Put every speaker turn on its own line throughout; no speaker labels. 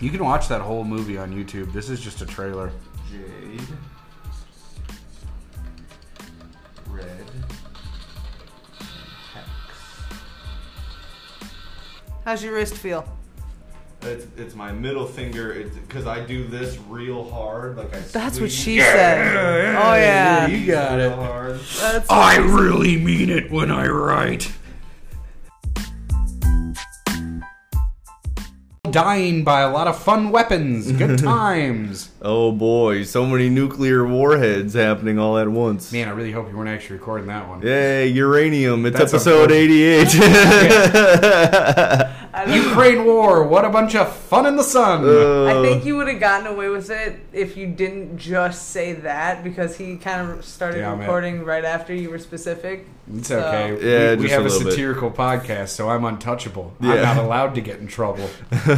You can watch that whole movie on YouTube. This is just a trailer.
Jade. Red. Hex.
How's your wrist feel?
It's, it's my middle finger. It's because I do this real hard. Like I.
That's what
squeeze
she said. Oh yeah.
You got
real
it.
Hard.
That's
I really mean it when I write. Dying by a lot of fun weapons. Good times.
Oh boy, so many nuclear warheads happening all at once.
Man, I really hope you weren't actually recording that one.
Yay, uranium. It's
That's
episode
unfortunate.
88.
I, don't-
Ukraine war. What a bunch of fun in the sun.
I think you would have gotten away with it if you didn't just say that because he kind of started
Damn it.
recording right after you were specific.
it's
So-
okay. We-
Yeah,
we,
just a
have a,
little bit.
satirical podcast, so I'm untouchable. I'm
Yeah.
not allowed to get in trouble.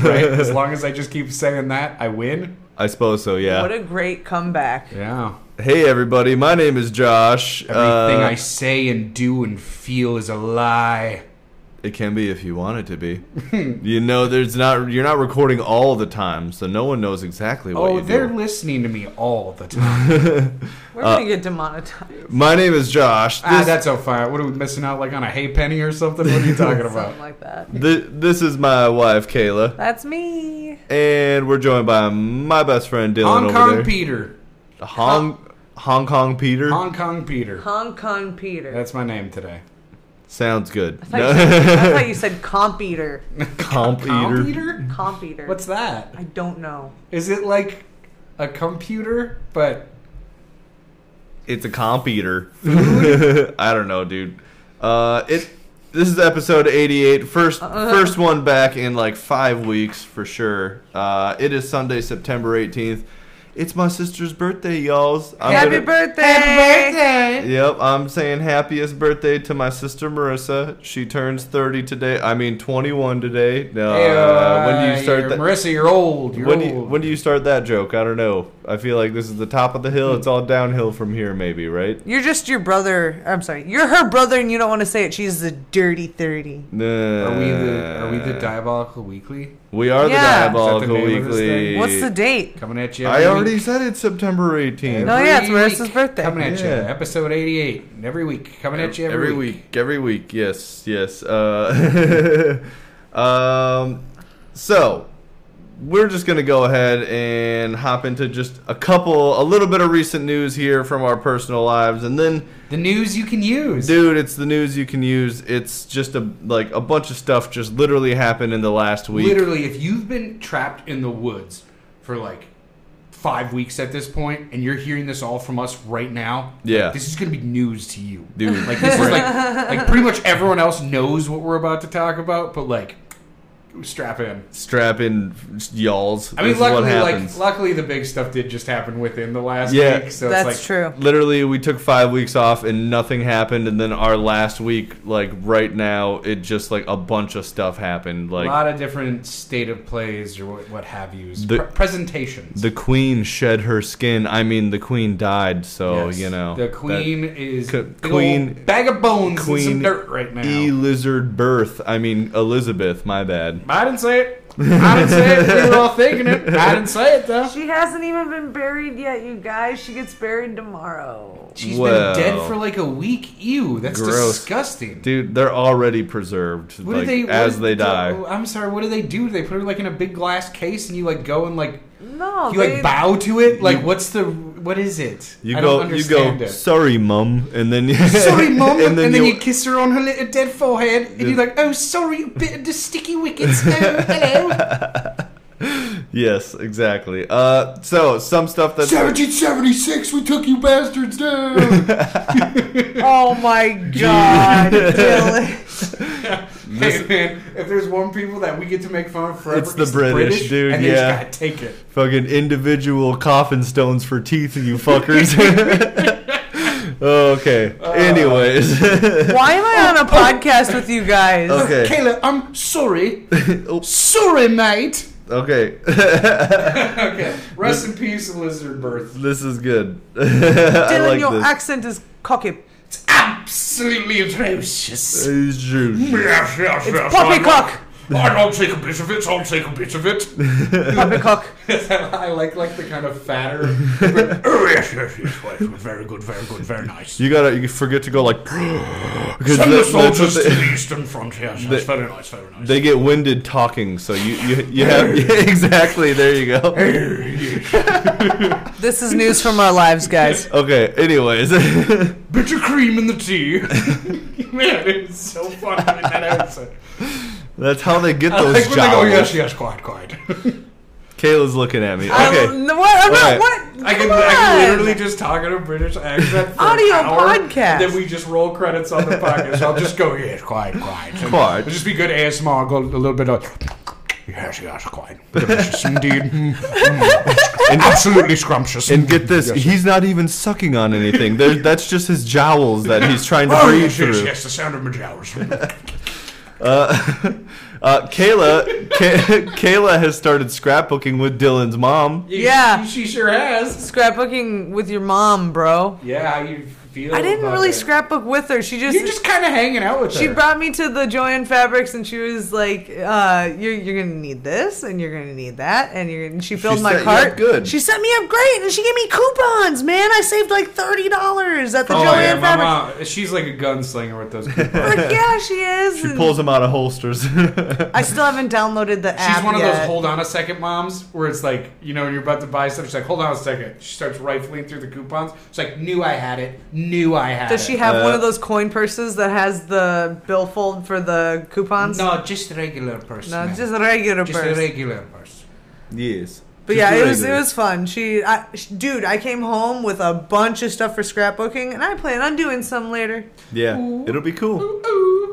Right? as long as I just keep saying that, I win.
I suppose so, yeah.
What a great comeback.
Yeah.
hey, everybody, my name is Josh.
Everything
Uh,
I say and do and feel is a lie.
It can be if you want it to be. you know, there's not. You're not recording all the time, so no one knows exactly what
Oh,
you
they're
do.
listening to me all the time.
We're gonna get demonetized.
My name is Josh.
ah,
This-
that's so fine. What are we missing out like on a hay penny or something? What are you talking about?
Something like that.
thi- this is my wife, Kayla,
That's me.
and we're joined by my best friend Dylan
Hong
over
Kong
there.
Peter.
Hong Hong Kong Peter
Hong Kong Peter.
Hong Kong Peter.
That's my name today.
sounds good.
Uh,
I thought, you said, I thought you said comp eater.
Comp
Kong
Eater.
Peter?
Comp eater.
What's that?
I don't know.
Is it like a computer but
It's a comp eater. I don't know, dude. Uh, it. This is episode 88, first first one back in like five weeks for sure. Uh, it is Sunday, September 18th. It's my sister's birthday, y'all's. I'm
Happy
gonna-
birthday!
birthday?
Yep, I'm saying happiest birthday to my sister Marissa. She turns 30 today. I mean 21 today. Uh, when do you start that?
Marissa, uh, you're old. You're
When do,
old.
you, when do you start that joke? I don't know. I feel like this is the top of the hill. It's all downhill from here, maybe, right?
You're just your brother. I'm sorry. You're her brother, and you don't want to say it. She's the dirty thirty.
are we the are we
Uh,
the diabolical weekly
We are
Yeah.
the Diabolical
Is that the name of this
Weekly.
thing?
What's the date?
coming at you?
I
every
already
week.
said it's September 18th.
No, Oh, yeah, it's
Every
Marissa's
week.
birthday.
Coming at you,
Yeah.
episode eighty-eight. Every week, coming at you every,
week. Every week, yes, yes. Uh, um, so, we're just going to go ahead and hop into just a couple, a little bit of recent news here from our personal lives. And then,
The news you can use.
dude, it's the news you can use. It's just a like a bunch of stuff just literally happened in the last week.
Literally, if you've been trapped in the woods for like five weeks at this point, and you're hearing this all from us right now,
Yeah.
this is gonna be news to you,
Dude,
Like this is
right.
like, like pretty much everyone else knows what we're about to talk about, but like, strap in.
Strap in, y'alls.
I mean,
This is what
luckily,
happens.
like, luckily, the big stuff did just happen within the last
Yeah.
week, so
That's
it's like,
true.
literally we took five weeks off and nothing happened and then our last week like right now it just like a bunch of stuff happened
A
like
lot of different state of plays or what, what have yous.
The-
Pre- presentations.
the queen shed her skin i mean the queen died so
Yes.
you know
The
that
queen is
Co-
big ol'
queen-
bag of bones queen,
queen
and some dirt right now.
e lizard birth i mean elizabeth my bad
I didn't say it. I didn't say it. We were all thinking it. I didn't say it though.
She hasn't even been buried yet, you guys. She gets buried tomorrow.
She's
Well.
been dead for like a week. Ew, that's
Gross.
disgusting.
dude they're already preserved
What
like,
do they what-
as they die
I'm sorry. What do they do? Do they put her like in a big glass case and you like go and like
No,
you like
they-
bow to it? Like
You-
what's the what is it?
you
I
go
don't
you go
understand it.
sorry mum and then
Sorry, mom, and, then you kiss her on her little dead forehead, and you're like, "Oh, sorry, a bit of the sticky wickets." Oh, hello,
yes exactly uh so some stuff that's
1776, we took you bastards down.
Oh my god. Dylan.
hey, man, if there's one people that we get to make fun of forever,
It's the British, dude,
and
yeah.
they just gotta take it.
fucking individual coffin stones for teeth, you fuckers. okay.
Uh.
Anyways.
Why am I on a podcast with you guys?
Okay. Oh.
Kayla, I'm sorry, sorry, mate.
okay.
Okay, rest in peace, Elizabeth Birth.
this is good. I
Dylan,
like
your
this.
accent is cocky.
It's absolutely atrocious.
It's true.
It's poppycock.
I don't take a bit of it. I'll take a bit of it.
Puppetcock.
I like like the kind of fatter. oh yes, yes, yes, yes, very good, very good, very nice.
You gotta you forget to go like because
Send the
that's- that's what
soldiers to
they,
the eastern frontier. Yes,
They-
very nice, very nice.
they get winded talking, so you you, you have yeah, exactly there you go.
This is news from our lives, guys.
Okay, anyways,
Bit of cream in the tea. Man, it's so funny in that episode.
that's how they get
I
those
like when they
jobs.
go, yes, yes, quiet, quiet.
Kayla's looking at me.
I
Okay,
don't know Um, what? I'm
Okay.
not, what?
I can,
Come
I
on.
can literally just talk in a British accent. For
Audio
an hour,
podcast.
And then we just roll credits on the podcast. I'll just go, yes, quiet, quiet. And
Quiet.
It'll just be good ASMR. I'll go a little bit of, yes, yes, quiet. Delicious indeed. Mm, mm. Absolutely scrumptious.
and get this,
Yes.
he's not even sucking on anything. There, that's just his jowls that he's trying to
Oh,
breathe
yes, yes,
through.
yes, the sound of my jowls.
Uh, uh, Kayla, Kay- Kayla has started scrapbooking with Dylan's mom.
Yeah.
She, she sure has.
Scrapbooking with your mom, bro.
Yeah, how you feel?
I didn't
about
really
that?
scrapbook with her. She just.
You're just kind of hanging out with
she
her.
brought me to the Joanne Fabrics and she was like, uh, you're, you're gonna need this and you're gonna need that and you're gonna, she filled my
set you up
cart.
good.
She set me up great and she gave me coupons, man. I saved like thirty dollars at the
Oh yeah,
Joanne
my
Fabrics.
mom. She's like a gunslinger with those. coupons.
Like, yeah, she is.
She
and
pulls him out of holsters.
I still haven't downloaded the app.
She's one of
yet.
those hold on a second moms where it's like, you know, when you're about to buy stuff, she's like, hold on a second. She starts rifling through the coupons. She's like, knew I had it. Knew I had
Does
it.
she have
Uh,
one of those coin purses that has the billfold for the coupons?
No, just a regular person.
no,
man.
just a regular
Just
purse.
a regular person.
yes.
But yeah, it was it was fun. She, I, sh dude, I came home with a bunch of stuff for scrapbooking, and I plan on doing some later.
Yeah,
Ooh.
it'll be cool.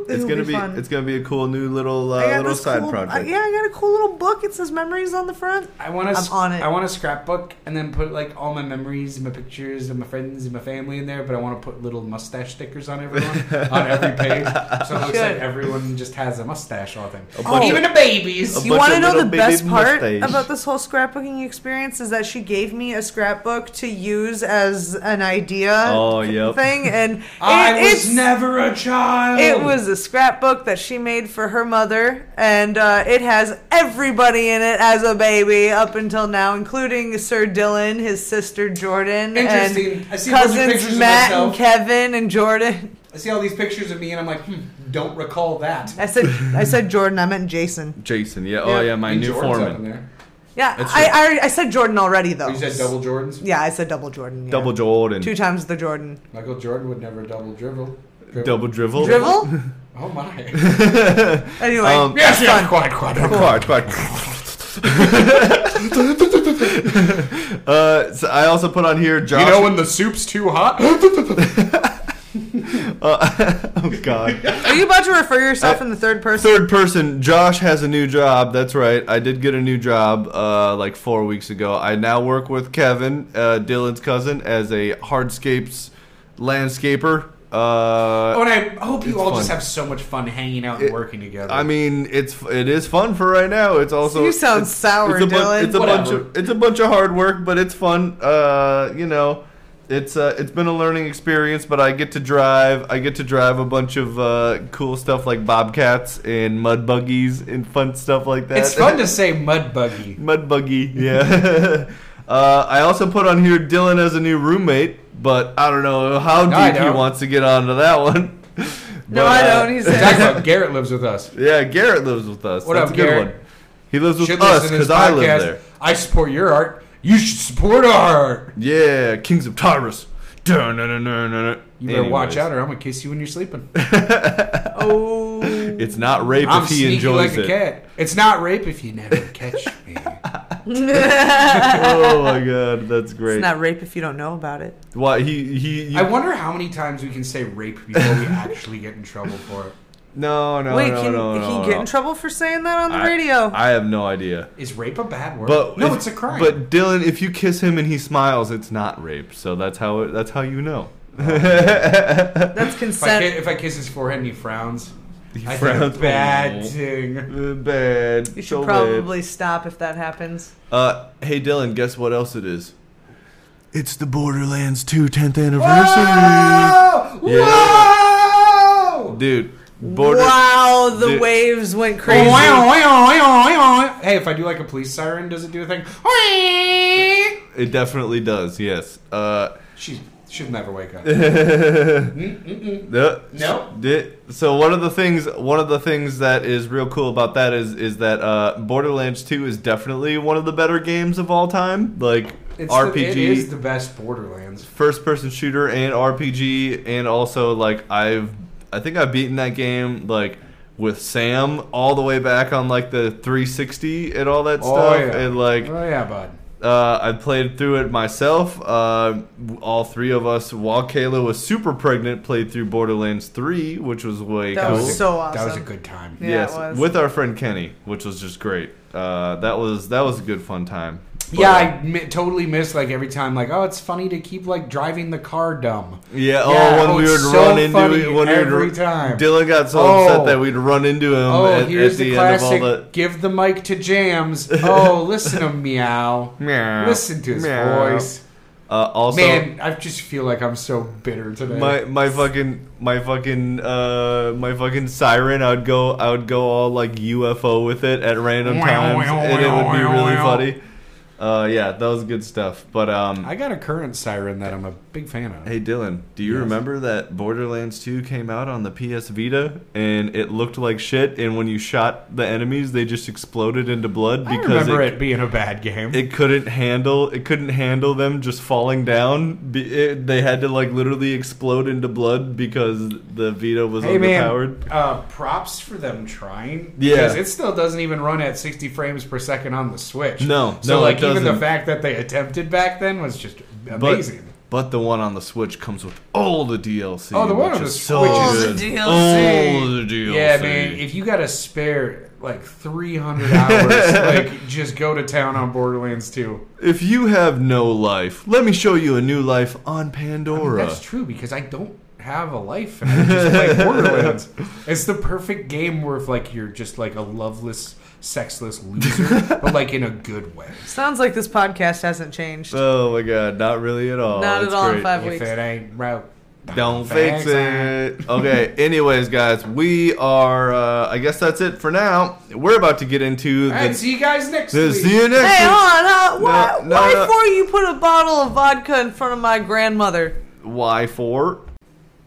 It's
It'll
gonna
be
be,
fun.
it's gonna be a cool new little
I
uh,
got
little
this
side
cool-
project.
I- yeah, I got a cool little book. It says memories on the front.
I want
I'm
to.
on it.
I want a scrapbook and then put like all my memories and my pictures and my friends and my family in there. But I want to put little mustache stickers on everyone on every page, so it looks like
Good.
everyone just has a mustache all the time.
bunch
Even
of-
the babies.
a
you
bunch
want to
of
know the
little baby
best part
mustache.
about this whole scrapbooking experience is that she gave me a scrapbook to use as an idea
Oh, yep.
thing, and
I
it-
was
it's
never a child.
It was a scrapbook that she made for her mother, and uh, it has everybody in it as a baby up until now, including Sir Dylan, his sister Jordan,
Interesting.
and
I see a bunch of pictures
cousins
of
Matt and
myself.
Kevin and Jordan.
I see all these pictures of me, and I'm like, hmm, don't recall that.
I said, I said Jordan. I meant Jason.
Jason, yeah, oh
Yeah.
yeah, my
And
new
Jordan's up in
foreman,
there.
Yeah,
That's
I, I already- I said Jordan already though.
Oh, you said double Jordans.
Yeah, I said double Jordan. yeah.
double Jordan,
Two times the Jordan.
Michael Jordan would never double dribble. dribble.
double drivel,
Drivel.
Oh my.
Anyway,
Um,
yes, yes,
fun.
quite, quite,
Quack, quack. uh, so I also put on here Josh.
You know when the soup's too hot?
uh, oh God.
are you about to refer yourself
I-
in the third person?
Third person, Josh has a new job. That's right. I did get a new job uh, like four weeks ago. I now work with Kevin, uh, Dylan's cousin, as a hardscapes landscaper. Uh,
Oh, and I hope you
It's
all
fun.
just have so much fun hanging out and
It-
working together.
I mean, it's it is fun for right now. It's also
you sound
it's,
sour,
it's a bu-
Dylan.
it's a
Whatever.
bunch of it's a bunch of hard work, but it's fun. Uh, you know, it's uh, it's been a learning experience, but I get to drive. I get to drive a bunch of uh, cool stuff like bobcats and mud buggies and fun stuff like that.
it's fun to say mud buggy.
mud buggy. Yeah. uh, I also put on here Dylan as a new roommate, but I don't know how
No, I
deep he
don't.
wants to get onto that one.
no,
But,
I
uh,
don't. He's
Talk about Garrett lives with us.
yeah, Garrett lives with us.
What
That's
up,
a good
Garrett?
one. He lives with
Should
us
listen to this
because I live there.
podcast. I support your art. You should support our art.
Yeah, Kings of Tyrus. Dun, dun, dun, dun, dun.
You better watch out, or I'm gonna kiss you when you're sleeping.
oh.
It's not rape
I'm
if he
sneaky
enjoys
like a
it.
cat. It's not rape if you never catch me.
oh my god, that's
It's
great.
not rape if you don't know about it.
Why he he? You,
I wonder how many times we can say rape before we actually get in trouble for it.
no, no,
Wait,
no,
can
no,
he
no,
get
no.
in trouble for saying that on the
I-
radio?
I have no idea.
Is rape a bad word?
But
no,
if-
it's a crime.
But Dylan, if you kiss him and he smiles, it's not rape. So that's how it, that's how you know.
if,
That's
I, ki-
consent.
if I kiss his forehead and he frowns,
He
I
frowns.
think bad
Oh.
thing.
Uh, Bad.
You should
so bad.
probably stop if that happens.
Uh, hey Dylan, guess what else it is? It's the Borderlands 2 10th anniversary.
Whoa!
Yeah.
Whoa!
Dude, border.
wow, the
Dude.
waves went
Hey,
crazy.
if I do like a police siren, does it do a thing?
It definitely does. Yes. Uh,
She she'll never wake up. Mm-mm-mm.
No.
No?
Di- So one of the things, one of the things that is real cool about that is is that uh, Borderlands Two is definitely one of the better games of all time. Like
It's
RPG,
The, it is the best Borderlands.
first person shooter and RPG, and also like I've, I think I've beaten that game like with Sam all the way back on like the 360 and all that
Oh,
stuff,
yeah.
and like
Oh yeah, bud.
uh, I played through it myself. Uh, all three of us, while Kayla was super pregnant, played through Borderlands 3, which was way
That
cool.
was
a-
so
That was a
awesome.
good time.
Yeah, it
yes,
was.
with our friend Kenny, which was just great. Uh, that was that was a good fun time. But-
Yeah, I mi- totally miss like every time. Like, oh, it's funny to keep like driving the car dumb.
yeah. Oh,
Yeah,
when
oh,
we would
it's so
run into
funny
it, when we
every
would,
time.
Dylan got so
Oh.
upset that we'd run into him
Oh,
at,
here's
at
the,
the, end of all
classic.
the
Give the mic to Jams. Oh, listen to meow.
meow.
Listen to his
meow.
voice.
Uh, also,
Man, I just feel like I'm so bitter today.
My my fucking my fucking uh my fucking siren. I would go I would go all like UFO with it at random
Wow,
times,
wow,
and it would be
wow,
really
wow.
funny. Uh, yeah, that was good stuff. But um,
I got a current siren that I'm a big fan of.
hey Dylan, do you
Yes.
remember that Borderlands Two came out on the PS Vita and it looked like shit? And when you shot the enemies, they just exploded into blood
I
because
remember
it,
it, being a bad game.
it couldn't handle it couldn't handle them just falling down. Be- It, they had to like literally explode into blood because the Vita was
hey
overpowered.
man, uh, props for them trying.
Yeah.
because it still doesn't even run at 60 frames per second on the Switch.
No,
so
no, it
like even the
doesn't.
fact that they attempted back then was just amazing.
But the one on the Switch comes with all the DLC.
Oh, the one
which
on the
is
Switch
so
is-
good.
All the DLC.
All the DLC.
Yeah, man. If you got a spare like 300 hours, like just go to town on Borderlands 2.
If you have no life, let me show you a new life on Pandora.
That's true because I don't have a life and I just play Borderlands. It's the perfect game where if like you're just like a loveless, sexless loser, but like in a good way.
Sounds like this podcast hasn't changed.
oh my god, not really at all.
Not
That's
at all in
great.
five
If
weeks.
it ain't broke,
Don't fix it. Okay. Anyways, guys, we are. Uh, I guess that's it for now. We're about to get into
All right,
the.
see you guys next
the-
week.
see you next
Hey,
week.
hold on. Huh? Why,
No, no,
why
no.
for you put a bottle of vodka in front of my grandmother?
Y4.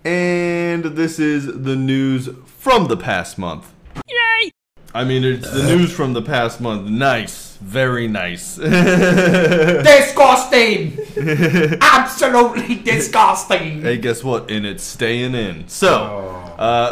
And this is the news from the past month. Yay! I mean, it's the news from the past month. Nice. Very nice. hey,
Disgusting! Absolutely disgusting!
guess what? And it's staying in. So,
Oh.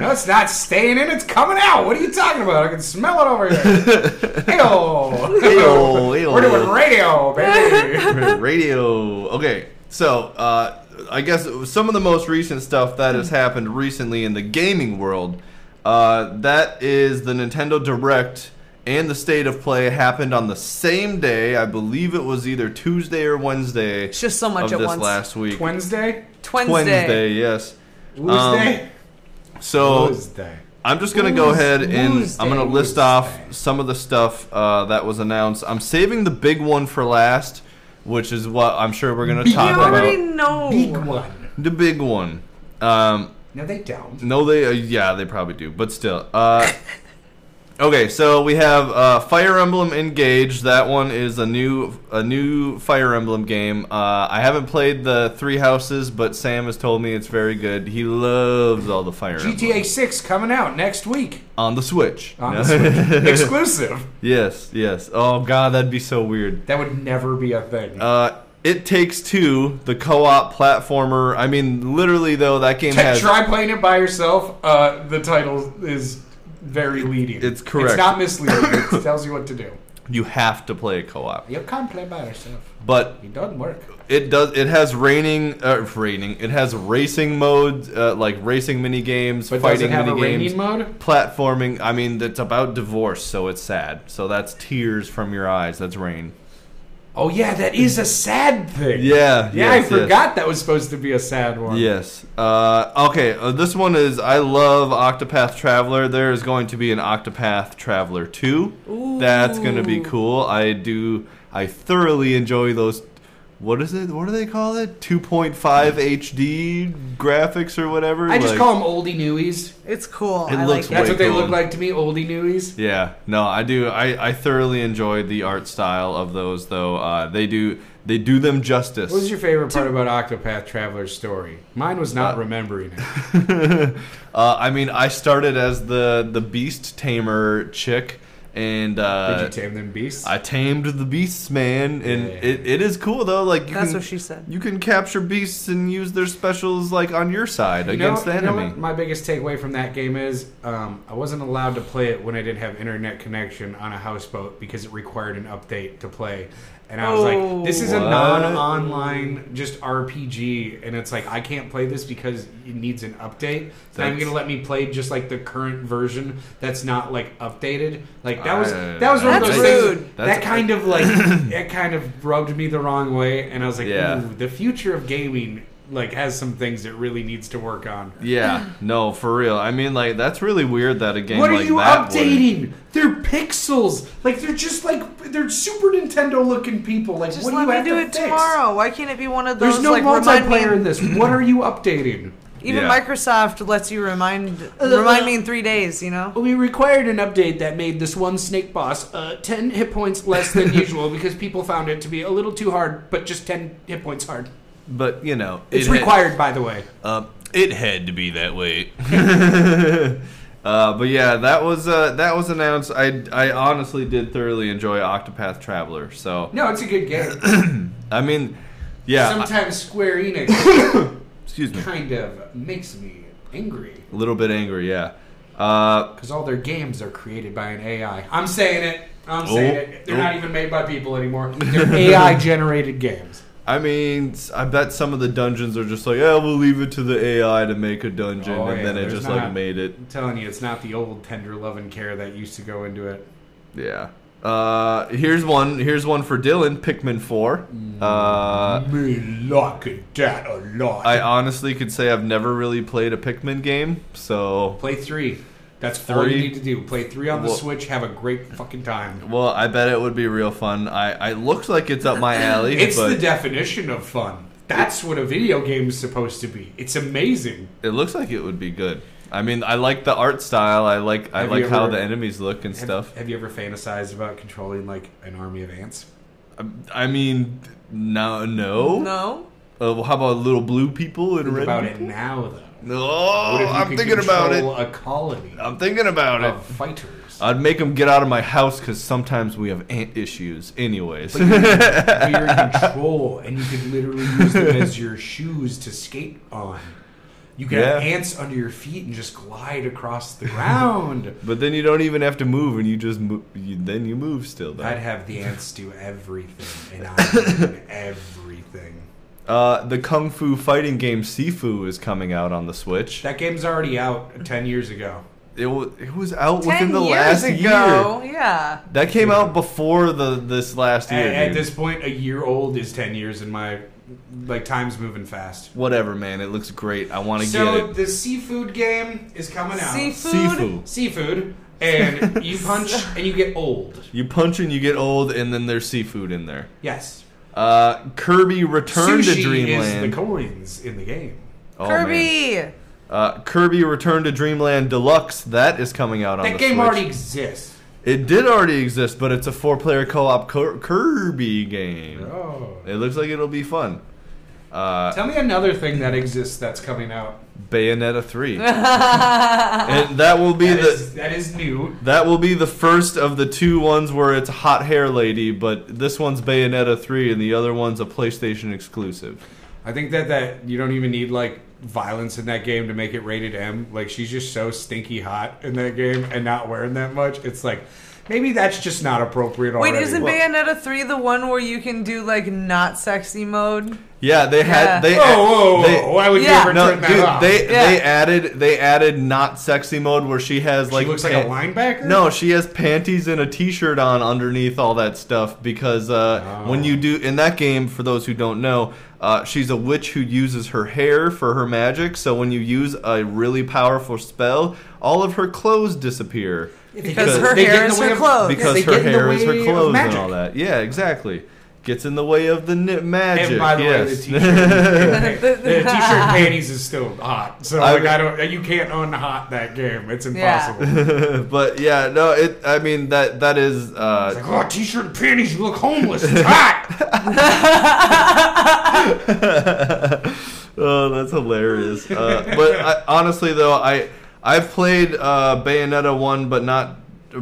No, it's not staying in, it's coming out. What are you talking about? I can smell it over here. Hey-o.
Hey-o, hey-o.
We're doing radio, baby.
radio. Okay. So, uh, I guess some of the most recent stuff that
Hmm.
has happened recently in the gaming world, uh, that is the Nintendo Direct and the State of Play happened on the same day. I believe it was either Tuesday or Wednesday.
It's just so much
of
at
this
once.
last week.
Wednesday?
Wednesday.
yes.
Wednesday?
So
Wednesday.
I'm just gonna go
Who's-
ahead and
who's
I'm gonna
day?
list off some of the stuff uh, that was announced. I'm saving the big one for last, which is what I'm sure we're gonna
Big
talk
You
one.
already
about.
know.
Big one.
The big one. Um,
No, they don't.
no, they uh, yeah, they probably do, but still. Uh, okay, so we have uh, Fire Emblem Engage. That one is a new a new Fire Emblem game. Uh, I haven't played the Three Houses, but Sam has told me it's very good. He loves all the Fire
GTA
Emblem
6 coming out next week.
on the Switch.
On the Switch. Exclusive.
yes, yes. Oh God, that'd be so weird.
That would never be a thing.
Uh, it takes two. The co-op platformer. I mean, literally though, that game
T-
has.
try playing it by yourself. Uh, the title is very leading.
it's correct.
It's not misleading. it tells you what to do.
you have to play a co-op,
You can't play by yourself.
but
It doesn't work.
it does it has raining uh, raining it has racing modes uh, like racing mini games
But does
fighting
it have a
mini games
raining mode?
platforming i mean it's about divorce so it's sad so that's tears from your eyes that's rain
Oh yeah, that is a sad thing.
Yeah,
Yeah,
yes,
I
yes.
forgot that was supposed to be a sad one.
yes uh, okay uh, this one is i love octopath traveler there is going to be an octopath traveler 2 that's going to be
Ooh.
cool i do i thoroughly enjoy those what is it? What do they call it? 2.5 HD graphics or whatever.
I just
Like,
call them oldie newies.
It's cool.
It
I
looks
That's
like
way-
what they
cool.
look like to me, oldie newies.
Yeah, no, I do. I, I thoroughly enjoyed the art style of those, though. Uh, they do they do them justice.
What was your favorite part about Octopath Traveler's story? Mine was not remembering it.
uh, I mean, I started as the the beast tamer chick, and uh,
Did you tame them beasts?
I tamed the beasts, man, and
Yeah.
It, it is cool though. Like you
That's
can,
what she said.
You can capture beasts and use their specials like on your side
You know-
against the
you know
enemy.
what my biggest takeaway from that game is um, I wasn't allowed to play it when I didn't have internet connection on a houseboat because it required an update to play. And I was
Oh.
like, this is a
What?
non-online just RPG, and it's like I can't play this because it needs an update. It's not even
That's-
gonna let me play just like the current version that's not like updated. Like that was
I-
that was one of
That's
those
rude.
things
That's-
that kind of like it kind of rubbed me the wrong way, and I was like,
Yeah.
ooh, the future of gaming like has some things it really needs to work on.
Yeah, no, for real. I mean, like that's really weird that a game
What
like
are you
that would-
updating? They're pixels. Like they're just like they're Super Nintendo looking people. Like
Just
what do
let
you have
me do
to
it
fix?
tomorrow. Why can't it be one of those?
There's no
like, remind me-
multiplayer in this. What are you updating?
Even
Yeah.
Microsoft lets you remind remind me in three days. You know.
We required an update that made this one snake boss uh, 10 hit points less than usual because people found it to be a little too hard, but just 10 hit points hard.
But you know,
It's
it had-
required, by the way.
Uh, it had to be that way. uh, but yeah, that was uh, that was announced. I I honestly did thoroughly enjoy Octopath Traveler. So
No, it's a good game.
I mean, yeah. I-
Sometimes Square Enix
excuse me.
kind of makes me angry
A little bit angry. Yeah. Uh,
because all their games are created by an AI. I'm saying it. I'm saying
Oh,
it. They're
oh.
not even made by people anymore. They're AI generated games.
I mean, s- I bet some of the dungeons are just like, yeah, we'll leave it to the AI to make a dungeon,
Oh,
and
yeah,
then it
there's
just like
not-
made it.
I'm telling you, it's not the old tender love and care that used to go into it.
Yeah. Uh, here's one. Here's one for Dylan. Pikmin Four.
Mm.
Uh,
Me like that a lot.
I honestly could say I've never really played a Pikmin game, so
Play three. That's all
Three?
you need to do. Play three on the
Well-
Switch. Have a great fucking time.
Well, I bet it would be real fun. I, I looks like it's up my alley.
It's
but
the definition of fun. That's what a video game is supposed to be. It's amazing.
It looks like it would be good. I mean, I like the art style. I like I
Have
like
you
how
ever-
the enemies look and
Have-
stuff.
Have, you ever fantasized about controlling like an army of ants?
I mean, no, no.
No.
Uh, well, how about little blue people and
Think
red?
about it
people?
now, though.
No,
What if you
Oh, I'm
could
thinking about it. Uh,
control Oh. A colony
I'm thinking about
of
it.
fighters.
I'd make them get out of my house because sometimes we have ant issues. Anyways,
where you're in control, and you could literally use them as your shoes to skate on. You can have
Yeah.
ants under your feet and just glide across the ground.
but then you don't even have to move, and you just mo- you, then you move still. Though.
I'd have the ants do everything, and I mean everything.
Uh, the kung fu fighting game Sifu is coming out on the Switch.
That game's already out ten years ago.
It was it was out
Ten
within the
years
last year.
ago. Yeah.
That came out before the this last
At,
year.
at
dude.
this point, a year old is ten years in my like time's moving fast.
Whatever, man. It looks great. I want to
So
get it.
the seafood game is coming out.
Seafood.
Sifu.
seafood, and you punch and you get old.
You punch and you get old, and then there's seafood in there.
Yes.
Uh, Kirby Return
Sushi
to Dreamland.
is the coins in the game.
Oh, man.
Kirby.
Uh, Kirby Return to Dreamland Deluxe. That is coming out on
That
the
game
Switch.
already exists.
It did already exist, but it's a four-player co-op Kir- Kirby game.
Oh.
It looks like it'll be fun. Uh,
Tell me another thing that exists that's coming out.
Bayonetta three, and that will be
That
the
is, that is new.
That will be the first of the two ones where it's hot hair lady, but this one's Bayonetta 3 and the other one's a PlayStation exclusive.
I think that that you don't even need like violence in that game to make it rated M. Like she's just so stinky hot in that game and not wearing that much. It's like maybe that's just not appropriate
Wait,
already.
isn't Bayonetta three the one where you can do like not sexy mode?
Yeah, they
Yeah.
had they
Whoa, whoa, whoa!
they-
Why would
Yeah.
you ever
no,
turn that
dude,
off?
they
Yeah.
they added they added not sexy mode where she has
she
like
looks like
pan-
a linebacker.
No, she has panties and a t-shirt on underneath all that stuff because uh,
Oh.
when you do in that game, for those who don't know, uh, she's a witch who uses her hair for her magic. So when you use a really powerful spell, all of her clothes disappear
Because
her
they get
hair
in the
is
way
her
of-
clothes.
because
they
her
get in the
hair is her
way of
clothes and
magic.
all that. Yeah, exactly. gets in the way of the knit magic.
And by the
yes.
way, the t-shirt, the t-shirt panties is still hot. So
I
like,
would-
I don't. You can't unhot that game. It's
Yeah.
impossible.
but yeah, no, it. I mean that that is.
It's
Uh,
like, oh, t-shirt and panties. You look homeless. It's hot.
oh, that's hilarious. Uh, but I, honestly, though, I I've played uh, Bayonetta one, but not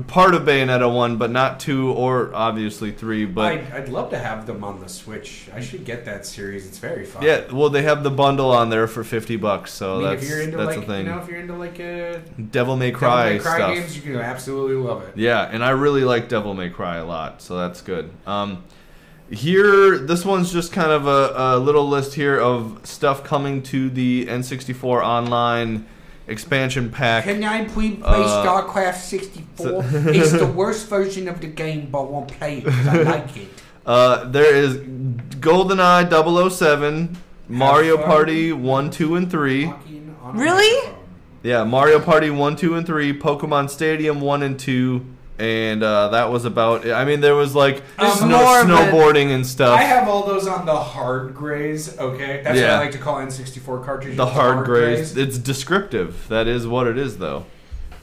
part of Bayonetta one, but not two or obviously three. But
I'd, I'd love to have them on the Switch. I should get that series. It's very fun.
yeah, well, they have the bundle on there for fifty bucks, so
I mean,
that's
if you're into
that's the
like,
thing.
you know, if you're into like a
Devil May
Cry,
Cry,
Cry
stuff.
games, you can absolutely love it.
Yeah, and I really like Devil May Cry a lot, so that's good. Um, here, this one's just kind of a, a little list here of stuff coming to the N64 Online expansion pack.
Can I please play
Uh,
StarCraft 64? it's the worst version of the game, but I won't play it 'cause I like it.
Uh, there is GoldenEye 007, Mario
fun.
Party 1, 2, and 3.
Fucking on a
Really?
microphone.
Yeah, Mario Party 1, 2, and 3, Pokemon Stadium 1 and 2. And uh, that was about it. I mean, there was like
There's
snow-
more, but-
snowboarding and stuff.
I have all those on the hard grays, okay? That's what
Yeah.
I like to call N64 cartridges.
the
It's
hard grays. It's descriptive. That is what it is, though.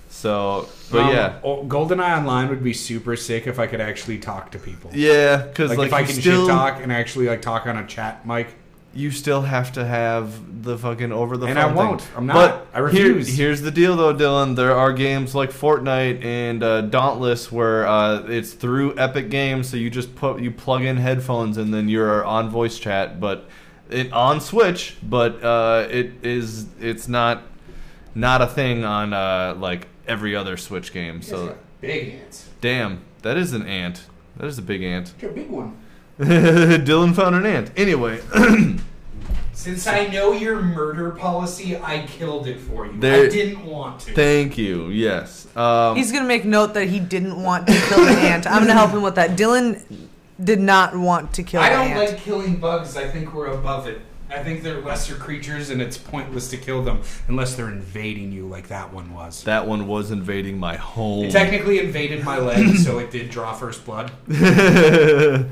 So, but
Um,
yeah,
oh, GoldenEye Online would be super sick if I could actually talk to people.
yeah, because
Like,
like,
if I
you
can
still
shit talk and actually like talk on a chat mic.
you still have to have the fucking over the
And
phone.
I won't.
thing.
I'm not.
But
I refuse.
Here, here's the deal, though, Dylan. There are games like Fortnite and uh, Dauntless where uh, it's through Epic Games, so you just put you plug in headphones and then you're on voice chat, but it on Switch, but uh, it is it's not not a thing on uh, like every other Switch game. So.
big ants.
Damn, that is an ant. That is a big ant.
You're a big one.
Dylan found an ant. Anyway,
Since I know your murder policy, I killed it for you.
There-
I didn't want to.
thank you. Yes. Um,
He's gonna make note that he didn't want to kill the ant. I'm gonna help him with that. Dylan did not want to kill
I
the
don't
ant.
like killing bugs. I think we're above it. I think they're lesser creatures, and it's pointless to kill them unless they're invading you, like that one was.
that one was invading my home.
It technically invaded my leg, so it did draw first blood.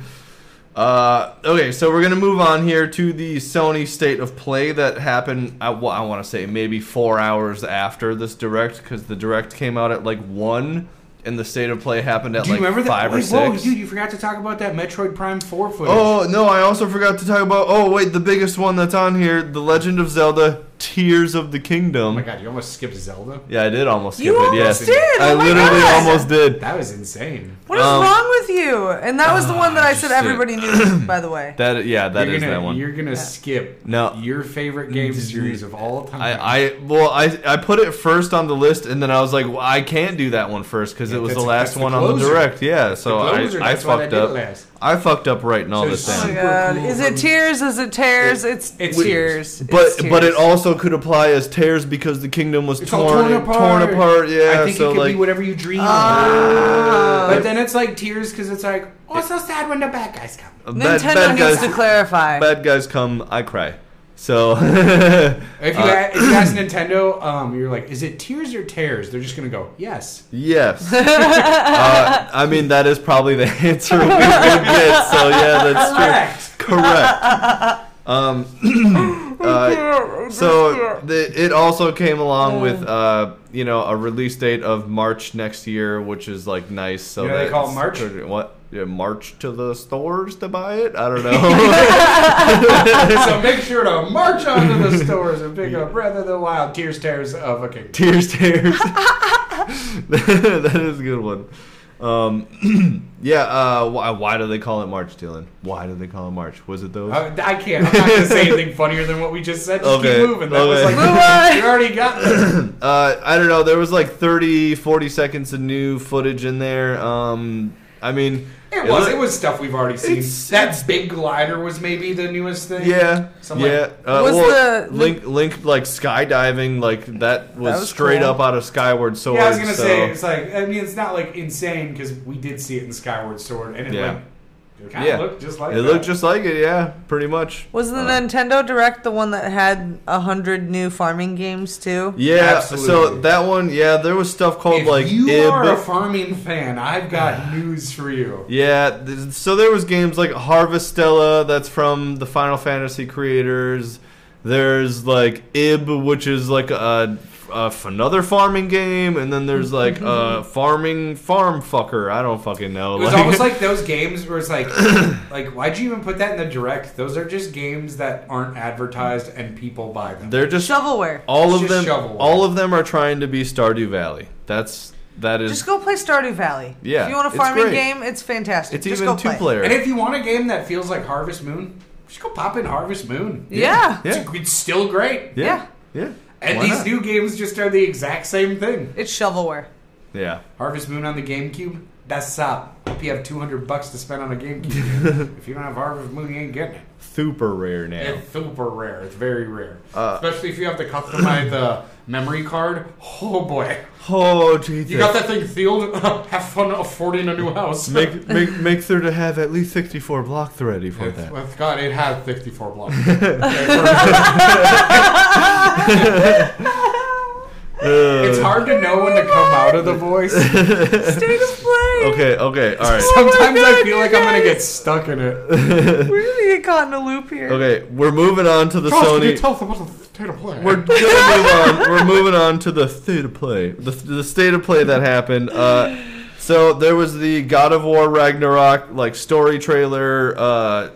uh, okay, so we're gonna move on here to the Sony State of Play that happened. I, wa- I want to say maybe four hours after this direct, because the direct came out at like one, and the State of Play happened at
Do you
like
remember that?
five or
Wait,
six.
whoa, dude, you forgot to talk about that Metroid Prime 4 footage.
Oh no! I also forgot to talk about. Oh wait, the biggest one that's on here: The Legend of Zelda: Tears of the Kingdom.
Oh my god, you almost skipped Zelda?
Yeah, I did almost skip
You
it.
almost
yes.
did!
I
Oh my
literally
God!
almost did.
That was insane.
What is
Um,
wrong with you? And that was the one that I said
just sit.
everybody knew, by the way.
That yeah, that
you're
is
gonna,
that one.
You're gonna skip
No. Mm.
your favorite game series of all time.
I, I well I I put it first on the list and then I was like well, I can't do that one first because it was the
that's-
last
that's the
one on the
closer.
direct yeah so
the closer,
I, I
that's why they
fucked
did it
up
last.
I fucked up writing all
So
this
it's-
Oh my
down
Super
god.
cool
Is it
from-
tears? Is it tears? it's
it's
tears.
but
It's
but it
tears.
also could apply as tears because the kingdom was
It's
torn
all torn
and-
apart.
torn apart yeah
I think
so
it could
like
be whatever you dream
Ah.
of. But then it's like tears because it's like, oh, it's so sad when the bad guys come.
bad-
Nintendo
bad
needs
guys-
to clarify.
bad guys come, I cry. So
If you,
Uh,
a- if you ask Nintendo, um, you're like, is it tears or tears? They're just gonna go, yes.
yes, uh, I mean that is probably the answer we would get. So yeah, that's
Correct.
true. Correct. Um, uh, so the, it also came along with uh, you know a release date of March next year, which is like nice. So
You know they
that
call
it's-
March?
what? Yeah, March to the stores to buy it. I don't know.
so make sure to march onto the stores and pick up Breath of the Wild, Tears, Tears of a Kingdom.
Tears, tears. that is a good one. Um, yeah. Uh, why, why do they call it March, Dylan? Why do they call it March? Was it those?
Uh, I can't. I'm not gonna say anything funnier than what we just said. Just
Okay.
keep moving. That was
Okay.
like
Move on.
you already got. There.
Uh, I don't know. There was like 30, 40 seconds of new footage in there. Um, I mean,
It was.
look-
It was stuff we've already seen.
It's- it's-
that big glider was maybe the newest thing.
Yeah,
Some, like-
yeah. Uh,
Was
well,
the-
Link, Link, like skydiving, like that was,
That was
straight
cool.
up out of Skyward Sword.
Yeah, I was gonna
so-
say it's like I mean it's not like insane because we did see it in Skyward Sword and it
Yeah.
like It kind
Yeah.
of looked just like
It
that.
looked just like it, yeah, pretty much.
Was the Nintendo Direct the one that had a hundred new farming games too?
Yeah, so
Absolutely.
that one, yeah, there was stuff called
If
like
you
Ib-
are a farming fan, I've got news for you.
Yeah, th- so there was games like Harvestella, that's from the Final Fantasy creators. There's like Ib, which is like a, a f- another farming game, and then there's like a farming farm fucker. I don't fucking know.
It was almost like those games where it's like, like why'd you even put that in the direct? Those are just games that aren't advertised and people buy them.
they're just
Shovelware.
all
It's
of them.
just shovelware.
All of them are trying to be Stardew Valley. That's that is.
Just go play Stardew Valley.
Yeah,
If you want a
it's
farming
great.
game, it's fantastic.
it's
Just
even
go
two
play.
player.
and if you want a game that feels like Harvest Moon, just go pop in Harvest Moon.
Yeah.
Yeah.
It's, it's still great.
yeah, yeah,
And
Why
these
not?
new games just are the exact same thing.
It's shovelware.
yeah.
Harvest Moon on the GameCube. That's up. If you have 200 bucks to spend on a GameCube, if you don't have Harvest Moon, you ain't getting it.
Super rare now.
It's super rare. It's very rare.
Uh,
Especially if you have to customize the memory card. Oh boy.
oh Jesus!
You got that thing sealed? have fun affording a new house.
make make make sure to have at least 64 block thready for
It's-
that.
well, God, it has 64 blocks. it's hard to know when to come out of the voice.
Oh
State of play.
Uh, Okay, okay, all right.
Sometimes I
God,
feel
you
like I'm gonna
guys.
get stuck in it.
We're gonna get caught in a loop here.
Okay, we're moving on to the
Charles, can you
Sony.
tell us about the state of play?
We're gonna move on. We're moving on to the state of play. The, the state of play that happened. Uh, so there was the God of War Ragnarok like story trailer. Uh,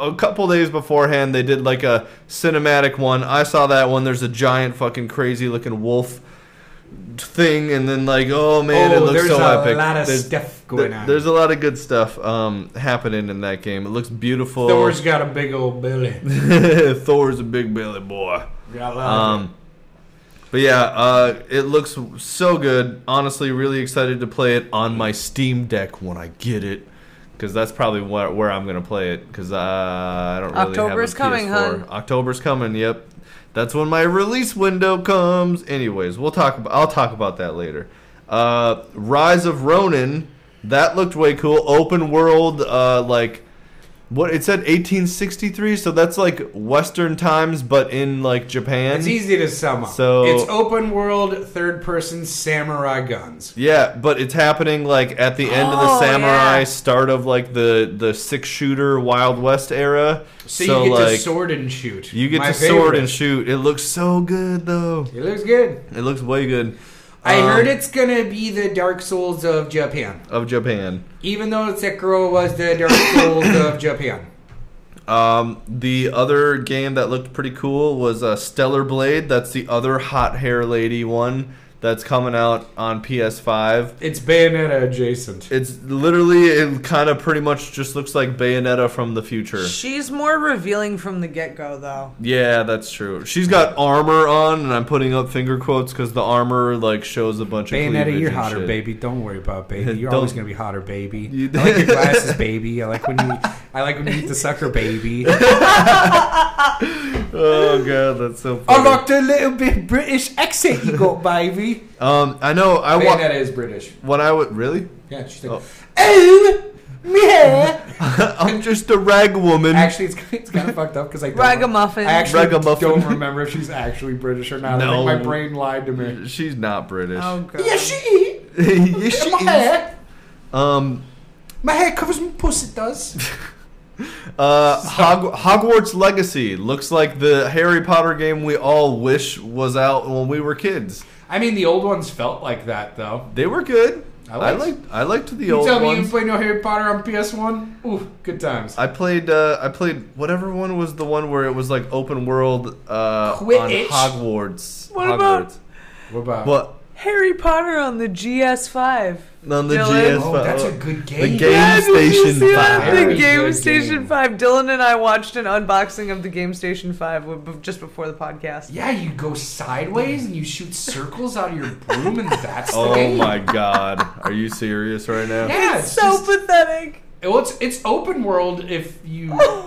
a couple days beforehand, they did like a cinematic one. I saw that one. There's a giant fucking crazy looking wolf thing, and then like, oh man, it looks so epic. there's,
stuff
there- there's a lot of good stuff um, happening in that game. It looks beautiful.
Thor's got a big old belly.
Thor's a big belly boy.
Got a lot of
Um, but yeah, uh, it looks so good. Honestly, really excited to play it on my Steam Deck when I get it, because that's probably where, where I'm gonna play it. Because uh, I don't really have a
October's coming,
PS4.
hun.
October's coming. Yep, that's when my release window comes. Anyways, we'll talk. About, I'll talk about that later. Uh, Rise of Ronin. That looked way cool. Open world. Uh, like. What it said 1863, so that's like Western times, but in like Japan.
It's easy to sum up.
So-
it's open world, third person samurai guns.
Yeah, but it's happening like at the end of the
Oh,
samurai
yeah.
start of like the the six shooter Wild West era.
So,
So,
you get
like
to sword and shoot.
you get
My
to sword
favorite.
and shoot. It looks so good though.
It looks good.
It looks way good.
I
Um,
heard it's gonna be the Dark Souls of Japan,
of Japan.
even though Sekiro was the Dark Souls of Japan.
Um, the other game that looked pretty cool was uh, Stellar Blade. That's the other hot hair lady one that's coming out on PS5.
It's Bayonetta adjacent.
It's literally it kind of pretty much just looks like Bayonetta from the future.
She's more revealing from the get go, though.
Yeah, that's true. She's got armor on, and I'm putting up finger quotes because the armor like shows a bunch of
Bayonetta,
cleavage
you're
and
hotter,
shit.
baby. Don't worry about it, baby. You're
Don't-
always gonna be hotter, baby.
You-
I like your glasses, baby. I like when you. I like when you eat the sucker, baby.
Oh god, that's so. Funny.
the little bit British accent you got, baby.
um, I know. I wa-
Bayonetta is British.
when I would really.
Yeah, she's like, oh, yeah.
I'm just a rag woman.
Actually, it's, it's kind of fucked up because I don't,
Ragamuffin.
I actually
Ragamuffin.
don't remember if she's actually British or not. I
No.
think my brain lied to me.
She's not British.
Oh god.
she.
Yes, she is. Um,
My hair covers my pussy. Does.
uh, Hog- Hogwarts Legacy looks like the Harry Potter game we all wish was out when we were kids.
I mean, the old ones felt like that though.
They were good.
I
I
liked-
liked. I liked, the
You
old
tell me
ones.
you play no Harry Potter on PS1? Ooh, good times.
I played. Uh, I played whatever one was the one where it was like open world uh, on
Quidditch?
Hogwarts.
What
Hogwarts.
about-
What about?
what
Harry Potter on the GS5.
on the
Dylan?
GS?
Oh, that's a good game.
uh, The game
Yeah, did you
station
see that?
five.
Very
The Game
good
Station
game.
5. Dylan and I watched an unboxing of the Game Station 5 w- b- just before the podcast.
Yeah, you go sideways and you shoot circles out of your broom, and that's the
Oh
game.
my god! Are you serious right now?
Yeah,
It's
it's
so
just-
pathetic.
Well, it's it's open world if you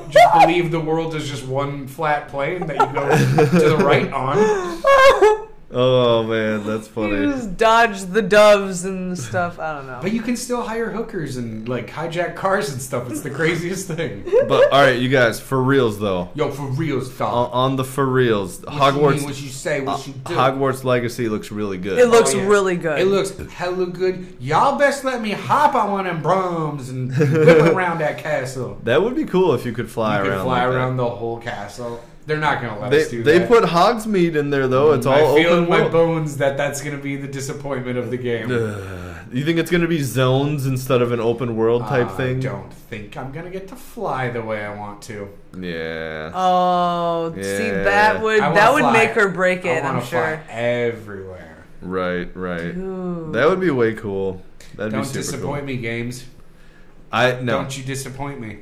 just believe the world is just one flat plane that you go to the right on.
Oh man, that's
You
funny.
just dodge the doves and stuff. I don't know.
But you can still hire hookers and like hijack cars and stuff. It's the craziest thing.
But all right, you guys, for reals though,
Yo, for real,
on,
stop.
on the for reals,
What you mean,
Uh, Hogwarts uh,
what you say, what you do.
Hogwarts Legacy looks really good.
it looks
Oh, yeah.
really good.
It looks hella good. Y'all best let me hop on one of them brooms and whip around that castle.
that would be cool if you could fly
You can
around.
fly
like that.
around the whole castle. They're not gonna let us
They,
do
they
that. Mm,
put Hogsmeade in there though. It's all
I feel
open
in my
world.
bones that that's gonna be the disappointment of the game.
Ugh. you think it's gonna be zones instead of an open world type
Uh, I
thing?
Ah, don't think I'm gonna get to fly the way I want to. Uh,
Yeah.
Oh, see,
Yeah.
that would
I wanna
that would
fly.
make her break it.
I wanna
I'm sure.
fly everywhere.
Right. Right.
Ooh.
That would be way cool. That'd be
Don't
super
disappoint
cool.
me, games.
I no.
Don't you disappoint me.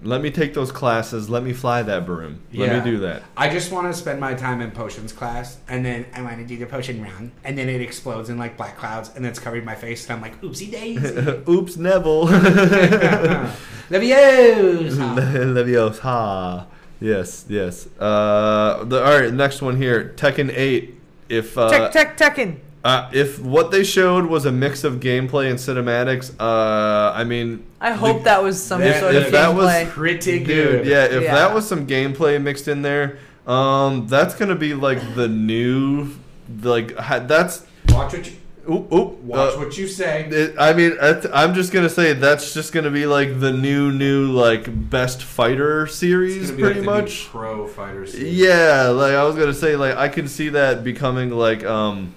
Let me take those classes. Let me fly that broom.
Yeah.
Let me do that.
I just want to spend my time in potions class, and then I want to do the potion round, and then it explodes in like black clouds, and it's covering my face, and I'm like, oopsie daisy.
Oops, Neville.
Ah. Leviosa.
Leviosa. Yes, yes. Uh, the, all right, next one here. Tekken 8. If uh,
Tech, tech, techin.
uh, if what they showed was a mix of gameplay and cinematics, uh, I mean,
I hope
the-
that was some
that-
sort
if
of
that was
gameplay.
Pretty good.
dude, yeah, if
Yeah.
that was some gameplay mixed in there, um, that's gonna be like the new, like ha- that's
Watch what you,
oop oop.
watch
uh,
what you say.
It, I mean, that's- I'm just gonna say that's just gonna be like the new, new like best fighter series,
It's gonna be
pretty
like the new
much.
pro fighter. series.
Yeah, like I was gonna say, like I can see that becoming like, um,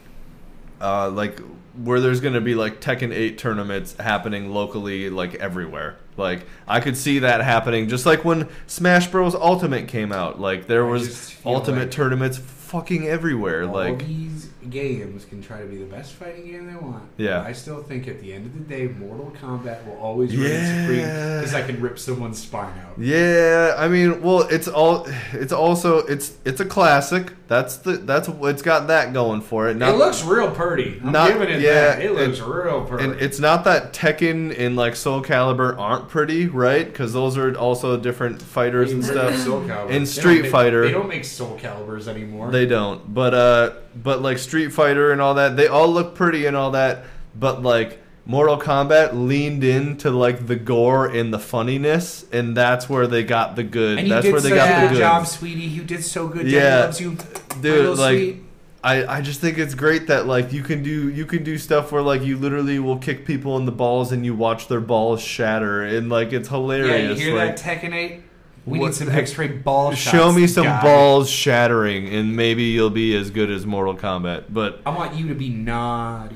uh, like where there's gonna be like Tekken Eight tournaments happening locally, like everywhere. Like I could see that happening, just like when Smash Bros Ultimate came out. Like there
I
was
just feel
Ultimate
like-
tournaments fucking everywhere.
All
like
these games can try to be the best fighting game they want.
Yeah.
but I still think at the end of the day, Mortal Kombat will always
Yeah.
reign supreme because I can rip someone's spine out.
Yeah, I mean, well, it's all, it's also, it's, it's a classic. That's the, that's, it's got that going for it. Not,
it looks real pretty. I'm
not-
giving it
yeah,
that. It looks
it-
real pretty.
and it's not that Tekken and like Soul Calibur aren't pretty, right? Because those are also different fighters and
They make
stuff.
Soul Calibur.
In
They don't
Street
make-
Fighter-
they don't make Soul Calibers anymore.
They don't, but uh, but like Street Fighter and all that, they all look pretty and all that. But like Mortal Kombat leaned into like the gore and the funniness, and that's where they got the good.
and you
that's
did
where they
such
got
a
the
good
goods.
job, sweetie. You did so good. Daddy
Yeah.
loves you,
Dude,
Little
like,
sweet.
I, I just think it's great that like you can do you can do stuff where like you literally will kick people in the balls and you watch their balls shatter and like it's
yeah,
hilarious.
you hear
like,
that Tekken 8? We
What
need some
the-
X-ray ball shots.
show me some
guy.
balls shattering and maybe you'll be as good as Mortal Kombat. But
I want you to be naughty.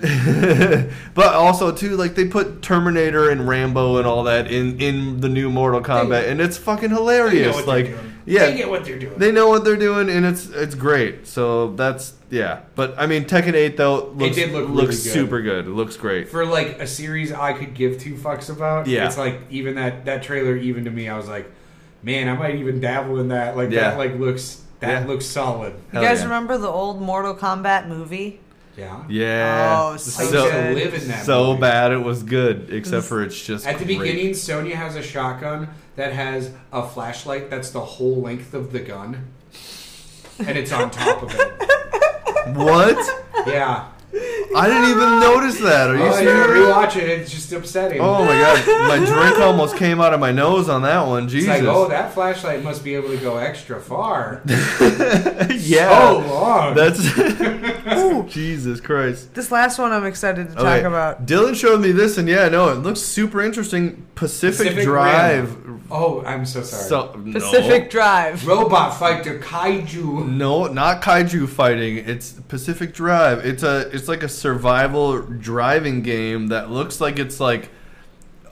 but also too like they put Terminator and Rambo and all that in in the new Mortal Kombat and it's fucking
They know
hilarious.
what
like
they're doing.
yeah,
they get what they're doing.
they know what they're doing and it's it's great. So that's yeah. But I mean Tekken 8 though looks
did look really
looks
good. Oh,
super good. It looks great.
For like a series I could give two fucks about.
Yeah.
it's like even that that trailer, even to me, I was like, man, I might even dabble in that. Like
Yeah.
that, like looks that
Yeah.
looks solid.
You
Hell
guys
yeah.
remember the old Mortal Kombat movie?
Yeah.
Yeah.
Oh, so
I
So-
used to live in that.
so
movie.
bad it was good, except for it's just
At the
great.
beginning, Sonya has a shotgun that has a flashlight that's the whole length of the gun, and it's on top of it.
What?
Yeah.
I didn't even notice that. Are you
Oh, you
serious?
rewatch it. It's just upsetting.
Oh my god, my drink almost came out of my nose on that one.
It's
Jesus.
like, oh, that flashlight must be able to go extra far.
yeah.
Oh, long.
That's Jesus Christ.
This last one I'm excited to talk
Okay,
about.
Dylan showed me this, and yeah, no, it looks super interesting. Pacific,
Pacific
Drive.
oh, I'm so sorry.
So, no.
Pacific Drive.
Robot fighter kaiju.
No, not kaiju fighting. It's Pacific Drive. It's a it's like a survival driving game that looks like it's like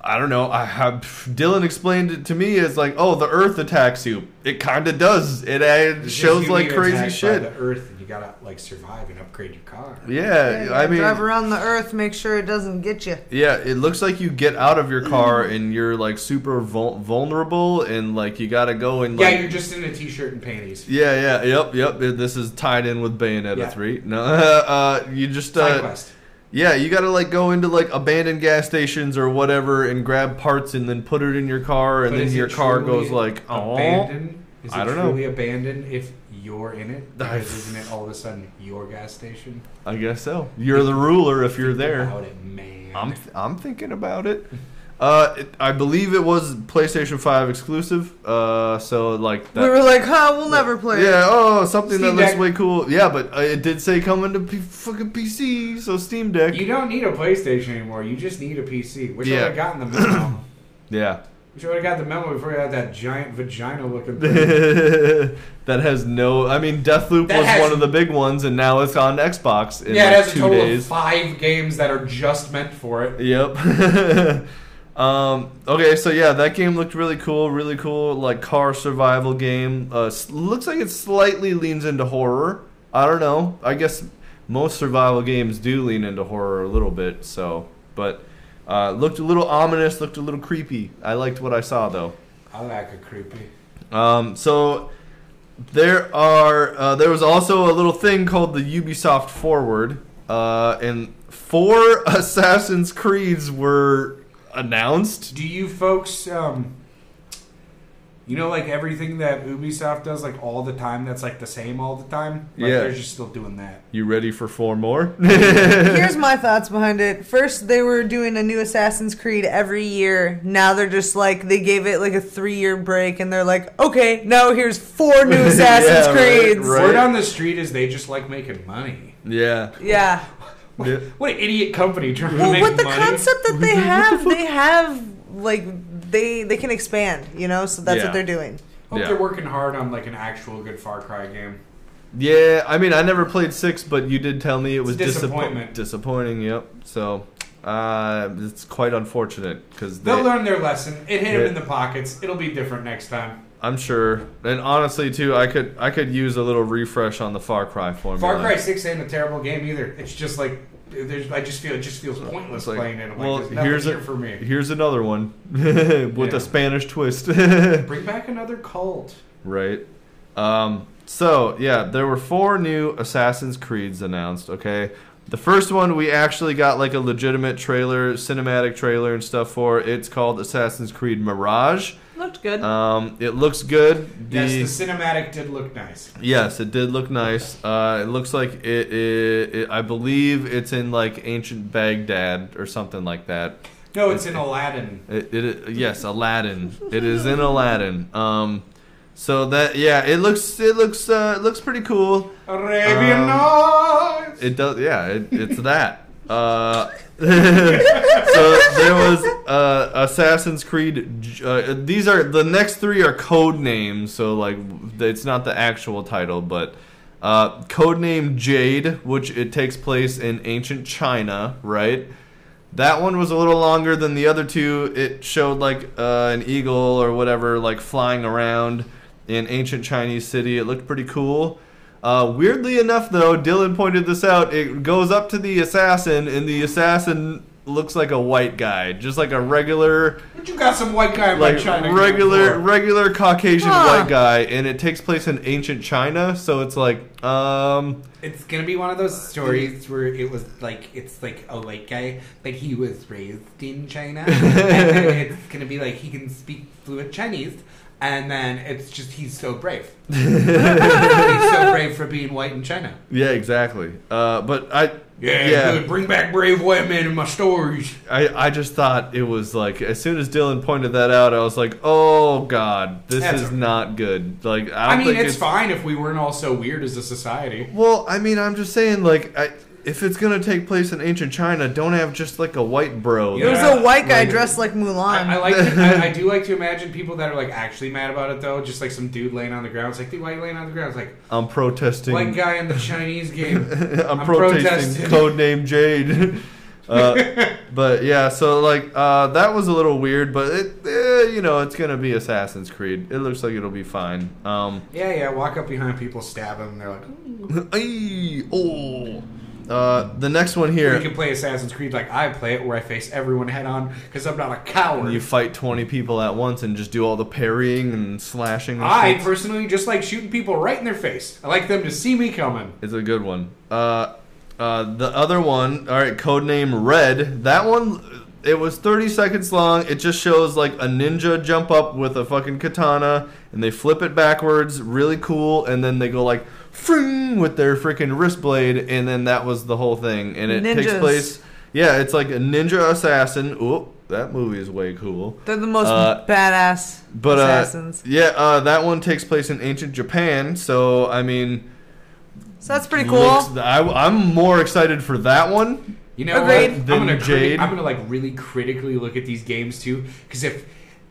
I don't know. I have Dylan explained it to me as like, "Oh, the earth attacks you." It kind of does. It, uh
It's just
shows
you
like
being
crazy
attacked
shit.
By the Earth, and you gotta like survive and upgrade your car.
yeah,
Yeah,
I mean
drive around the earth, make sure it doesn't get you.
Yeah, it looks like you get out of your car and you're like super vul- vulnerable and like you got to go and like
yeah, you're just in a t-shirt and panties.
Yeah, yeah, yep, yep. This is tied in with Bayonetta
Yeah.
three. No, uh, you just
Side
uh,
quest.
yeah, you gotta like go into like abandoned gas stations or whatever and grab parts and then put it in your car and
But
then
is
your
it
car
truly
goes like oh
abandoned. Is it
I don't know.
truly abandoned if you're in it.
I-
Because isn't it all of a sudden your gas station?
I guess so. You're the ruler if you're
Think
there.
about it, man.
I'm I'm thinking about it. Uh, it, I believe it was PlayStation Five exclusive. Uh, so like
we were like, huh, we'll never play.
Yeah. Oh, something that
Steam
looks
Deck.
way cool. Yeah, but uh, it did say coming to P- fucking PC. So Steam Deck.
you don't need a PlayStation anymore. You just need a PC, which I
Yeah.
would have gotten the memo.
yeah.
which I would have got the memo before I had that giant vagina looking thing.
that has no. I mean, Deathloop
That
was
has-
one of the big ones, and now it's on Xbox in
yeah,
like
it has a
two
total
days.
of five games that are just meant for it.
Yep. um, okay, so yeah, that game looked really cool, really cool, like car survival game. Uh, s- looks like it slightly leans into horror. I don't know. I guess most survival games do lean into horror a little bit. So, but uh, looked a little ominous, looked a little creepy. I liked what I saw though.
I like a creepy.
Um, so there are uh, there was also a little thing called the Ubisoft Forward, uh, and four Assassin's Creeds were announced.
Do you folks, um, you know, like everything that Ubisoft does, like all the time, that's like the same all the time? Like,
Yeah.
They're just still doing that.
You ready for four more?
Here's my thoughts behind it. First, they were doing a new Assassin's Creed every year. Now they're just like they gave it like a three year break, and they're like, okay, now here's four new
Yeah,
Assassin's
right,
Creeds.
right.
Word on the street is they just like making money.
yeah.
Yeah.
Yeah.
What an idiot company trying to
Well,
make
with the
money.
concept that they have, they have like they they can expand, you know. So that's
Yeah.
what they're doing.
Hope
Yeah.
they're working hard on like an actual good Far Cry game.
Yeah, I mean, I never played six, but you did tell me it was
disappointment.
disappointment. disappointing. Yep. So uh, it's quite unfortunate because
They'll learn their lesson. It hit them
Yeah.
in the pockets. It'll be different next time.
I'm sure, and honestly, too, I could I could use a little refresh on the Far Cry formula.
Far Cry Six ain't a terrible game either. It's just like there's. I just feel it just feels pointless
It's like,
playing it. I'm
well,
like, there's nothing
here's a-
here for me.
Here's another one with
Yeah.
a Spanish twist.
Bring back another cult.
right. Um, so, yeah, there were four new Assassin's Creeds announced, okay? The first one we actually got like a legitimate trailer, cinematic trailer and stuff for. It's called Assassin's Creed Mirage.
Looked good.
Um, it looks good. The-
yes, the cinematic did look nice.
Yes, it did look nice. Uh, it looks like it, it, it. I believe it's in like ancient Baghdad or something like that.
No, it's in Aladdin.
It, it yes, Aladdin. It is in Aladdin. Um, so that yeah, it looks it looks uh, it looks pretty cool.
Arabian
Um,
Nights.
It does yeah, it, it's that. Uh, so there was uh, Assassin's Creed. J- Uh, these are the next three are code names, so like it's not the actual title, but uh, code name Jade, which it takes place in ancient China, right? That one was a little longer than the other two. It showed like uh, an eagle or whatever, like flying around in ancient Chinese city. It looked pretty cool. Uh, weirdly enough, though, Dylan pointed this out. It goes up to the assassin, and the assassin looks like a white guy, just like a regular,
But you got some white guy in my
like
China. game
regular,
before.
regular Caucasian
Huh.
white guy, and it takes place in ancient China. So it's like, um,
It's gonna be one of those stories where it was like it's like a white guy, but he was raised in China. and then it's gonna be like he can speak fluent Chinese, and then it's just he's so brave. he's so brave for being white in China.
yeah, exactly. Uh, but I,
Yeah, good. Bring back brave white men in my stories.
I, I just thought it was like as soon as Dylan pointed that out, I was like, oh god, this
That's
is
okay.
not good. Like I,
I
don't
mean,
think
it's, fine if we weren't all so weird as a society.
Well, I mean, I'm just saying, like, I, if it's gonna take place in ancient China, don't have just like a white bro.
Yeah.
There's
there.
a white guy
Like-
dressed like Mulan.
I, I like. To, I, I do like to imagine people that are like actually mad about it though. Just like some dude laying on the ground. It's like, dude, why you laying on the ground? It's like
I'm protesting.
white guy in the Chinese game.
I'm,
I'm protesting.
protesting. Code name Jade. Uh, but yeah, so like uh, that was a little weird, but it, eh, you know, it's gonna be Assassin's Creed. It looks like it'll be fine. Um,
Yeah, yeah. Walk up behind people, stab them. They're like,
ay, oh. Uh, the next one
you
here.
can play Assassin's Creed like I play it, where I face everyone head on because I'm not a coward.
You fight 20 people at once and just do all the parrying and slashing. and
I
shit.
personally just like shooting people right in their face. I like them to see me coming.
It's a good one. Uh, uh, the other one, all right, codename Red. That one It was 30 seconds long. It just shows like a ninja jump up with a fucking katana and they flip it backwards, really cool, and then they go like fring with their freaking wrist blade and then that was the whole thing and it takes
Ninjas.
place Yeah, it's like a ninja assassin. Ooh, that movie is way cool.
They're the most
Uh,
badass
But uh,
assassins.
yeah, uh, that one takes place in ancient Japan, so I mean,
so that's pretty cool.
looks- I, am more excited for that one.
You know
Agreed.
what? I'm
Then
gonna,
Jade.
criti- I'm gonna like really critically look at these games too, because if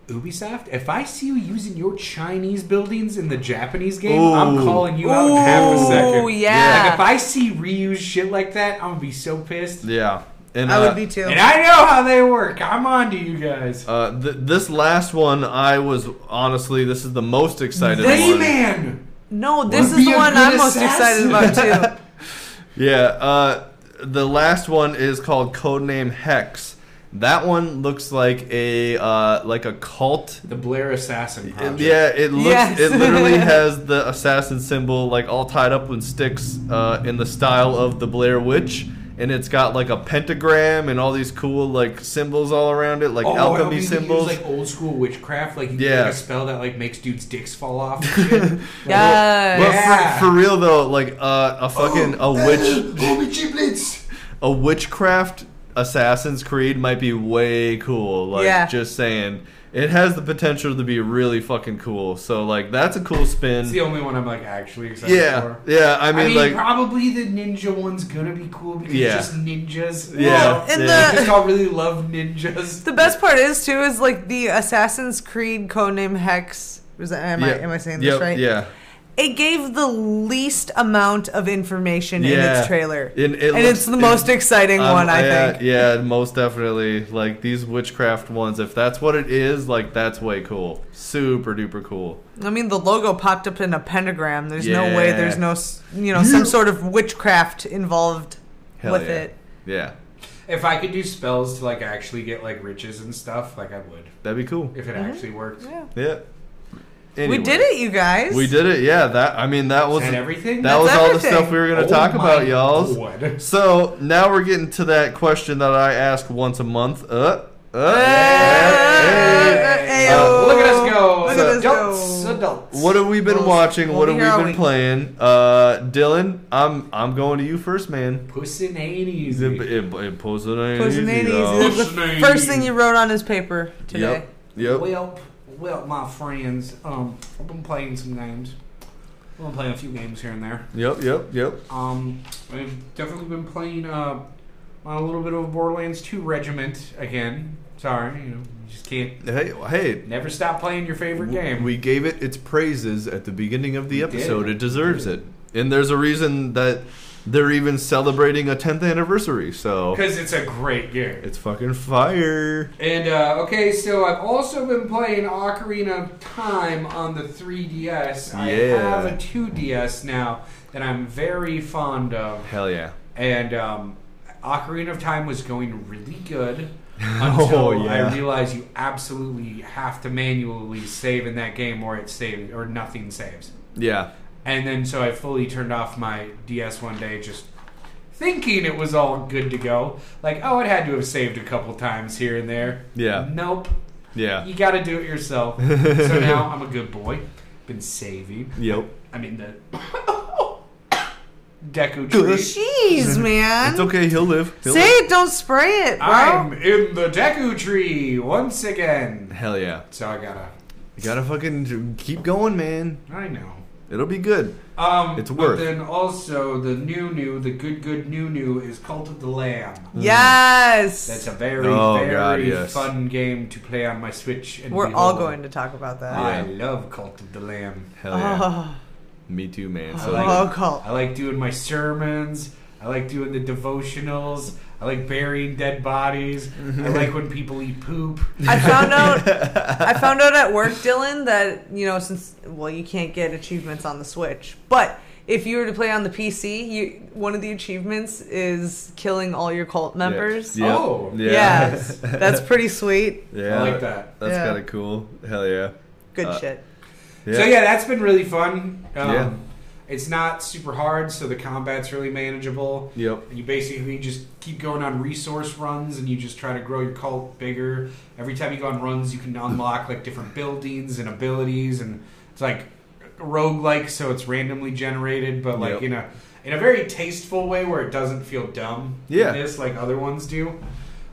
Ubisoft, if I see you using your Chinese buildings in the Japanese game, I'm
Ooh.
calling you out in half a
Ooh,
second.
yeah.
Like if I see reuse shit like that, I'm gonna be so pissed.
Yeah, and
I
uh,
would be too.
And I know how they work. I'm on to you guys.
Uh, th- this last one, I was honestly, this is the most excited one.
Rayman.
no, this
Would
is
be
the
a
one
good
I'm most
assassin.
excited about too.
Yeah, uh, the last one is called Codename Hex. That one looks like a uh, like a cult.
The Blair Assassin Project.
Yeah, it looks.
Yes.
It literally has the assassin symbol like all tied up with sticks uh, in the style of the Blair Witch, and it's got like a pentagram and all these cool like symbols all around it, like
Oh, I hope
alchemy
you can use,
symbols.
like old school witchcraft, like you can
Yeah.
make a spell that like makes dudes' dicks fall off. And shit. Like,
Yes.
But
Yeah.
for, for real though, like uh, a fucking a witch.
Oh, my giblets.
a witchcraft Assassin's Creed might be way cool. Like
Yeah.
just saying, it has the potential to be really fucking cool. So like that's a cool spin.
It's the only one I'm like actually excited
yeah,
for.
yeah. I
I mean,
mean, like
probably the ninja one's gonna be cool because
Yeah.
it's just ninjas.
yeah.
and
yeah.
I just all really love ninjas.
The best part is too is like the Assassin's Creed codename Hex. Was that, am, I,
Yeah.
am I saying
Yep,
this right?
Yeah,
It gave the least amount of information in
Yeah.
its trailer,
and, it
and
looks-
it's the most exciting
um,
one I
yeah,
think.
Yeah, most definitely. Like these witchcraft ones, if that's what it is, like that's way cool. Super duper cool.
I mean, the logo popped up in a pentagram. There's no way.
Yeah.
There's no s- you know some
You-
sort of witchcraft involved
Hell
with
yeah.
it.
Yeah,
If I could do spells to like actually get like riches and stuff, like I would.
that'd be cool.
If it actually worked.
Mm-hmm. Yeah.
Yeah.
We
Anyway.
did it, you guys.
We did it. Yeah, that I mean that
Is
was
that everything?
That was
That's
all the
everything.
stuff we were going to
Oh
talk
my
about, y'all.
God.
So now we're getting to that question that I ask once a month. Uh, uh, hey.
Hey.
Ayo.
Look at us go.
oh. Look at us
adults,
go.
adults.
Uh, What have we been
Well,
watching?
well,
what have
here are
we
we.
been playing? Uh, Dylan, I'm I'm going to you first, man.
Puss in Annie's.
It, it, it posted on
Puss in
easy,
Daisies.
though.
That's the
Puss in
first
Daisies.
thing you wrote on his paper today.
Yep. Yep.
Well, well, my friends, um, I've been playing some games. I've been playing a few games here and there.
Yep. Yep. Yep.
Um, I've definitely been playing uh, on a little bit of Borderlands 2 Regiment again. Sorry, you know, you just can't
Hey, hey.
never stop playing your favorite
w-
game.
We gave it its praises at the beginning of the
We
episode.
did.
It deserves
We
it. And there's a reason that they're even celebrating a 10th anniversary. So
because it's a great game.
It's fucking fire.
And uh, okay, so I've also been playing Ocarina of Time on the 3DS. I
Yeah.
have a 2DS now that I'm very fond of.
Hell yeah.
and um, Ocarina of Time was going really good
Oh,
until
yeah.
I realized you absolutely have to manually save in that game, or it saves or nothing saves.
Yeah.
And then so I fully turned off my DS one day, just thinking it was all good to go. Like, oh, it had to have saved a couple times here and there.
Yeah.
Nope.
Yeah.
You got to do it yourself. so now I'm a good boy. Been saving.
Yep.
I mean the.
Good.
Deku tree.
Jeez, man.
It's okay. He'll live. He'll
Say
live.
it, don't spray it, bro.
I'm in the Deku Tree once again.
Hell yeah.
So I gotta.
You gotta fucking keep going, man.
I know.
It'll be good.
Um,
It's
but
worth.
Then also the new new, the good good new new is Cult of the Lamb.
yes.
That's a very
Oh,
very
God, yes.
fun game to play on my Switch. And
We're
be
all
old.
going to talk about that.
I
Yeah.
love Cult of the Lamb.
Hell yeah.
Oh,
Me too, man. So
like-
oh, cult.
I like doing my sermons. I like doing the devotionals. I like burying dead bodies. I
Mm-hmm.
like when people eat poop.
I found out. I found out at work, Dylan, that you know, since well, you can't get achievements on the Switch, but if you were to play on the PC, you one of the achievements is killing all your cult members.
Yeah. Yep.
Oh.
Yeah.
Yes, that's pretty sweet.
yeah.
I like that.
That's
Yeah.
kind of cool. Hell yeah.
Good
Uh,
shit.
So yeah, that's been really fun. Um,
Yeah.
It's not super hard, so the combat's really manageable.
Yep.
And you basically just keep going on resource runs and you just try to grow your cult bigger. Every time you go on runs, you can unlock like different buildings and abilities and it's like roguelike so it's randomly generated but like
Yep.
in a in a very tasteful way where it doesn't feel dumb.
Yeah.
This like other ones do.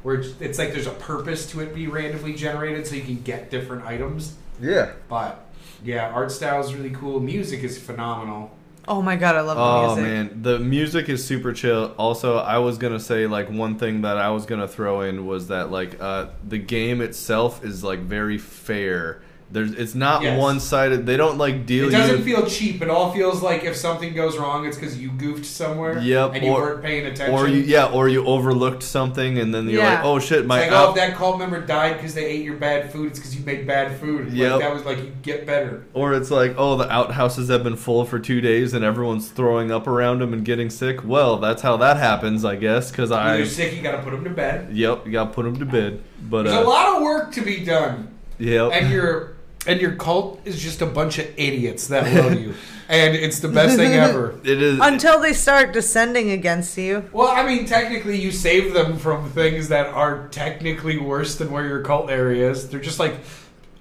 Where it's like there's a purpose to it be randomly generated so you can get different items.
Yeah.
But yeah, art style is really cool. Music is phenomenal.
Oh my god, I love
Oh
the music.
man, the music is super chill. Also, I was gonna say like one thing that I was gonna throw in was that like uh, the game itself is like very fair. There's it's not
Yes.
one sided. They don't like deal.
It doesn't
you-
feel cheap. It all feels like if something goes wrong, it's because you goofed somewhere.
Yep,
And you
or-
weren't paying attention.
or you yeah, or you overlooked something and then you're
Yeah.
like, oh shit,
It's
my
like,
app-
oh, if that cult member died because they ate your bad food, it's because you made bad food. Like,
Yep.
that was like, you get better.
Or it's like, oh, the outhouses have been full for two days and everyone's throwing up around them and getting sick. Well, that's how that happens, I guess, because
When
I.
You're sick, you gotta put them to bed.
Yep, you gotta put them to bed. But,
There's a
uh.
lot of work to be done. And
Yep.
your and your cult is just a bunch of idiots that love you. And it's the best thing ever.
It is.
Until they start descending against you.
Well, I mean, technically, you save them from things that are technically worse than where your cult area is. They're just like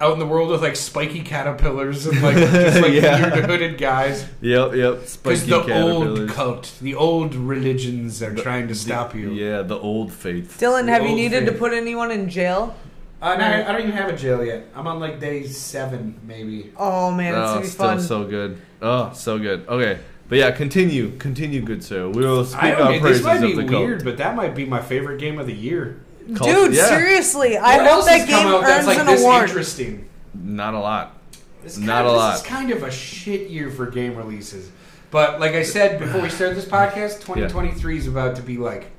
out in the world with like spiky caterpillars and like just like
Yeah.
weird hooded guys.
Yep, yep.
Because
Spiky
the old
caterpillars.
cult, the old religions are trying to stop you.
Yeah, the old faith.
Dylan,
The
have you
old
needed to
thing.
put anyone in jail?
Uh, no, I I don't even have a jail yet. I'm on like day seven, maybe.
Oh man, it's
oh,
gonna be
still
fun.
so good. Oh, so good. Okay. But yeah, continue. Continue, good sir. We will speak
I
our
don't. know, This
praises
might be
of the cult.
weird, but that might be my favorite game of the year.
Cult-
Dude,
yeah,
seriously, I
What
hope
else
that
has come
game
out that's
earns
like
an
this
award.
interesting?
Not a lot.
This
Not
kind
a
of,
lot.
This is kind of a shit year for game releases. But like I said before we started this podcast, 2023 is about to be like,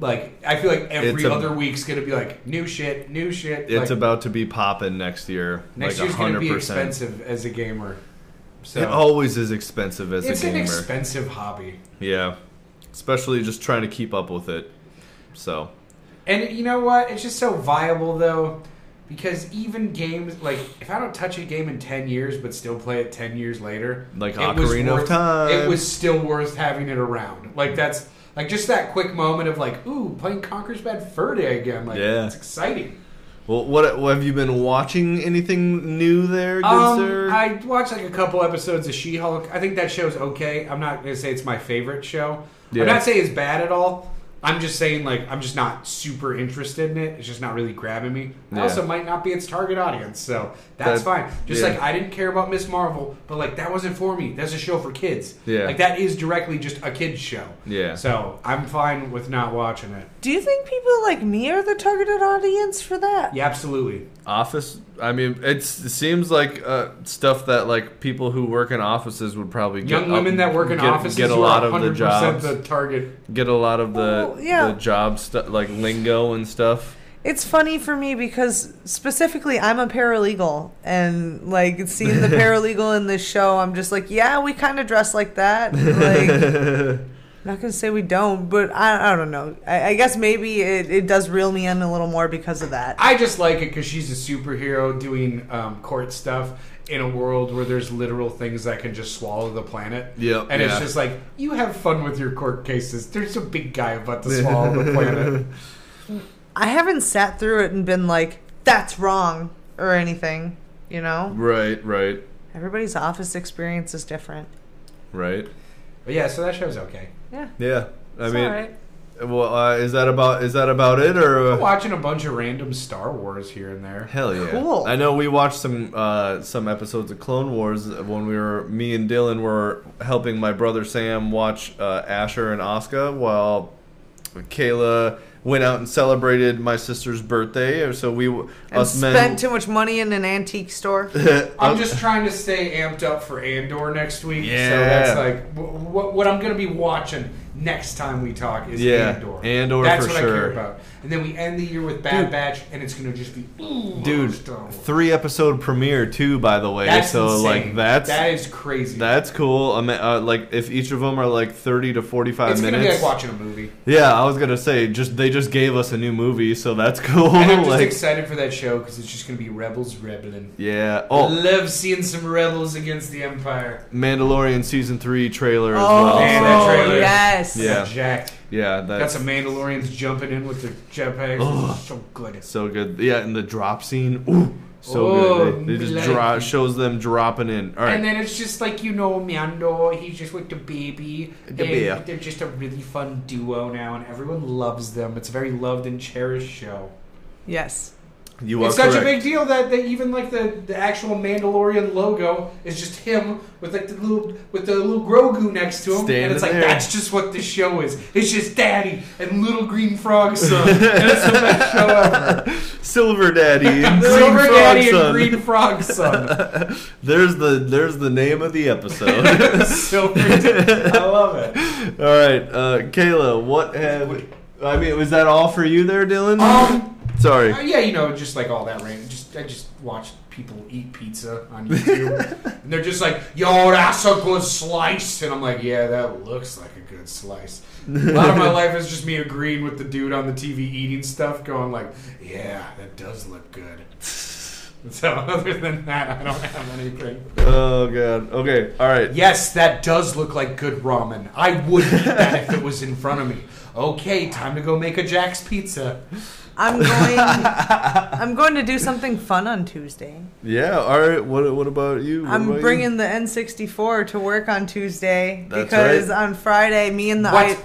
like I feel like every
It's a-
other week's gonna be like new shit, new shit.
It's
like,
about to be popping next year.
next
like
year's
100%.
gonna be expensive as a gamer. So
It always is expensive oh, as
it's
a
an
gamer.
expensive hobby,
yeah. Especially just trying to keep up with it. So,
and you know what? It's just so viable though. Because even games like if I don't touch a game in ten years, but still play it ten years later,
like
it was
Ocarina
worth-
of Time.
It was still worth having it around. Like that's like just that quick moment of like, ooh, playing Conker's Bad Fur Day again. Like
Yeah.
it's exciting.
Well, what, what have you been watching anything new there, good sir?
Um, I watched like a couple episodes of She Hulk. I think that show's okay. I'm not gonna say it's my favorite show.
Yeah.
I'm not saying it's bad at all. I'm just saying like I'm just not super interested in it. It's just not really grabbing me. I
Yeah.
also might not be its target audience, so that's
That-
fine. Just
yeah.
like I didn't care about Miss Marvel, but like that wasn't for me. That's a show for kids.
Yeah.
Like that is directly just a kids show.
Yeah.
So I'm fine with not watching it.
Do you think people like me are the targeted audience for that?
Yeah, absolutely.
Office. I mean, it's, it seems like uh, stuff that like people who work in offices would probably get
Young women
up-
that work in
get,
offices
get a
who
lot
are
of
100%
the jobs,
the target.
get a lot of the
Well, yeah.
the job stuff like lingo and stuff.
It's funny for me because specifically I'm a paralegal and like seeing the paralegal in this show, I'm just like, yeah, we kind of dress like that. Like, I'm not gonna say we don't, but I, I don't know. I, I guess maybe it, it does reel me in a little more because of that.
I just like it because she's a superhero doing um, court stuff in a world where there's literal things that can just swallow the planet.
Yep,
And
yeah.
it's just like, you have fun with your court cases. There's a big guy about to swallow the planet.
I haven't sat through it and been like, that's wrong or anything. You know,
right, right,
everybody's office experience is different.
right.
But yeah, so that show's okay.
Yeah,
Yeah, I
it's
mean,
all right.
well, uh, is that about is that about it or? uh,
I'm watching a bunch of random Star Wars here and there.
Hell yeah!
Cool.
I know we watched some uh, some episodes of Clone Wars when we were me and Dylan were helping my brother Sam watch uh, Asher and Asuka while Kayla went out and celebrated my sister's birthday. So we w-
And
us
spent
men. uh,
too much money in an antique store.
Oh.
I'm just trying to stay amped up for Andor next week. So
Yeah.
that's like what, what I'm going to be watching next time we talk is
Yeah,
Andor.
Andor
That's
for
what I
sure.
care about. and then we end the year with Bad Batch, and it's gonna just be ooh,
Dude,
Star Wars.
three episode premiere too. By the way,
That's
so
insane.
like that's
that is crazy.
that's cool. I mean, uh, like if each of them are like thirty to forty five
it's gonna be
minutes.
like watching a movie.
yeah, I was gonna say just they just gave us a new movie, so that's cool.
And I'm just
like
excited for that show because it's just gonna be rebels rebelling.
yeah. Oh,
Love seeing some rebels against the Empire.
Mandalorian season three trailer as
Oh,
well.
Man, that trailer.
yes.
Yeah.
Jack.
Yeah, that's
Got some Mandalorians jumping in with their jetpacks.
Ugh.
So good.
so good. Yeah, and the drop scene. Ooh, so
Oh,
good. They, they just
like-
dro- shows them dropping in. All right.
And then it's just like you know, Mando. He's just like the baby.
The
and
bear.
They're just a really fun duo now, and everyone loves them. It's a very loved and cherished show.
Yes.
you are
it's such a
correct.
big deal that, that even like the, the actual Mandalorian logo is just him with like the little with the little Grogu next to him, and
Standing
it's like
there.
that's just what this show is. It's just Daddy and Little Green Frog Son. and it's the best show ever.
Silver Daddy and Green
Silver
Frog
Daddy
Son.
and Green Frog Son.
There's the there's the name of the episode.
Silver. Daddy. I love it.
All right, uh, Kayla, what have I mean? Was that all for you there, Dylan?
Um,
Sorry.
Uh, yeah, you know, just like all that rain. Just I just watched people eat pizza on YouTube, and they're just like, "Yo, that's a good slice," and I'm like, "Yeah, that looks like a good slice." A lot of my life is just me agreeing with the dude on the TV eating stuff, going like, "Yeah, that does look good." So other than that, I don't have anything.
Oh god. Okay. All right.
Yes, that does look like good ramen. I would eat that if it was in front of me. Okay, time to go make a Jack's pizza.
I'm going. I'm going to do something fun on Tuesday.
Yeah. All right. What What about you? What
I'm
about you?
bringing the N64 to work on Tuesday
That's
because
right.
on Friday, me and the
What?
I,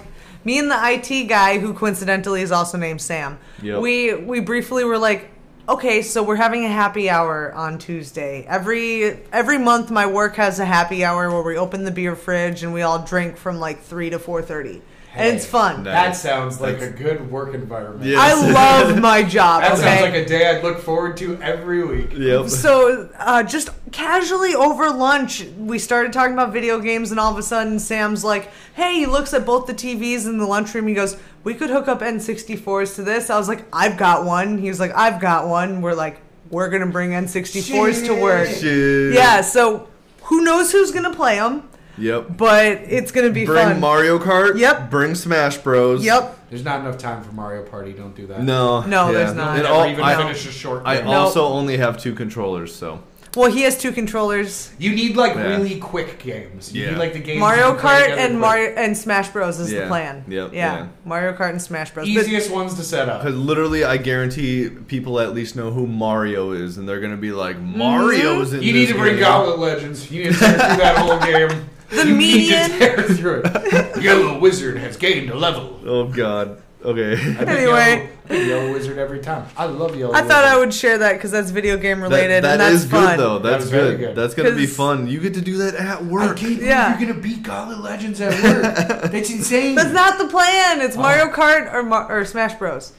me and the IT guy, who coincidentally is also named Sam,
Yep.
we we briefly were like, okay, so we're having a happy hour on Tuesday. Every every month, my work has a happy hour where we open the beer fridge and we all drink from like three to four thirty, and it's
Hey,
fun.
Nice.
That sounds like
That's-
a good work environment.
Yeah.
I love my job.
That
okay?
sounds like a day I'd look forward to every week.
Yep.
So, uh, just casually over lunch, we started talking about video games, and all of a sudden, Sam's like, "Hey," he looks at both the TVs in the lunchroom. He goes, "We could hook up N64s to this." I was like, "I've got one." He was like, "I've got one." We're like, "We're gonna bring N64s to work."
Shit.
Yeah. So, who knows who's gonna play them?
Yep.
But it's gonna be
Bring
fun.
Mario Kart.
Yep.
Bring Smash Bros.
yep.
There's not enough time for Mario Party. Don't do that.
No.
No,
yeah.
there's not.
And
Never
all-
even
I,
finish a short
I
game.
No.
also only have two controllers, so
Well, he has two controllers.
You need like
Yeah.
really quick games. You
Yeah.
need like the games you
Mario
can play
Kart
together
and
quick.
Mario and Smash Bros is the
Yeah.
plan.
Yep,
Yeah.
yeah.
Mario Kart and Smash Bros. But-
Easiest ones to set up.
because literally, I guarantee people at least know who Mario is, and they're gonna be like,
Mm-hmm.
"Mario's in
You need
this
to bring
game."
Goblet Legends. You need to tear through that whole game.
The
you
median-
Need to tear through it. Yellow Wizard has gained a level.
Oh God.
I
Okay.
pick
Anyway.
Yellow- I pick Yellow Wizard every time. I love Yellow
I
Wizard.
thought I would share that because that's video game related
That-
and
that
that's
is
fun.
good though. That's
That's very
good.
good.
That's gonna be
'Cause-
fun. You get to do that at
I
work.
can't believe
Yeah.
you're gonna beat Goblet Legends at work. That's insane.
That's not the plan.
Oh.
It's Mario Kart or Mar- or Smash Bros.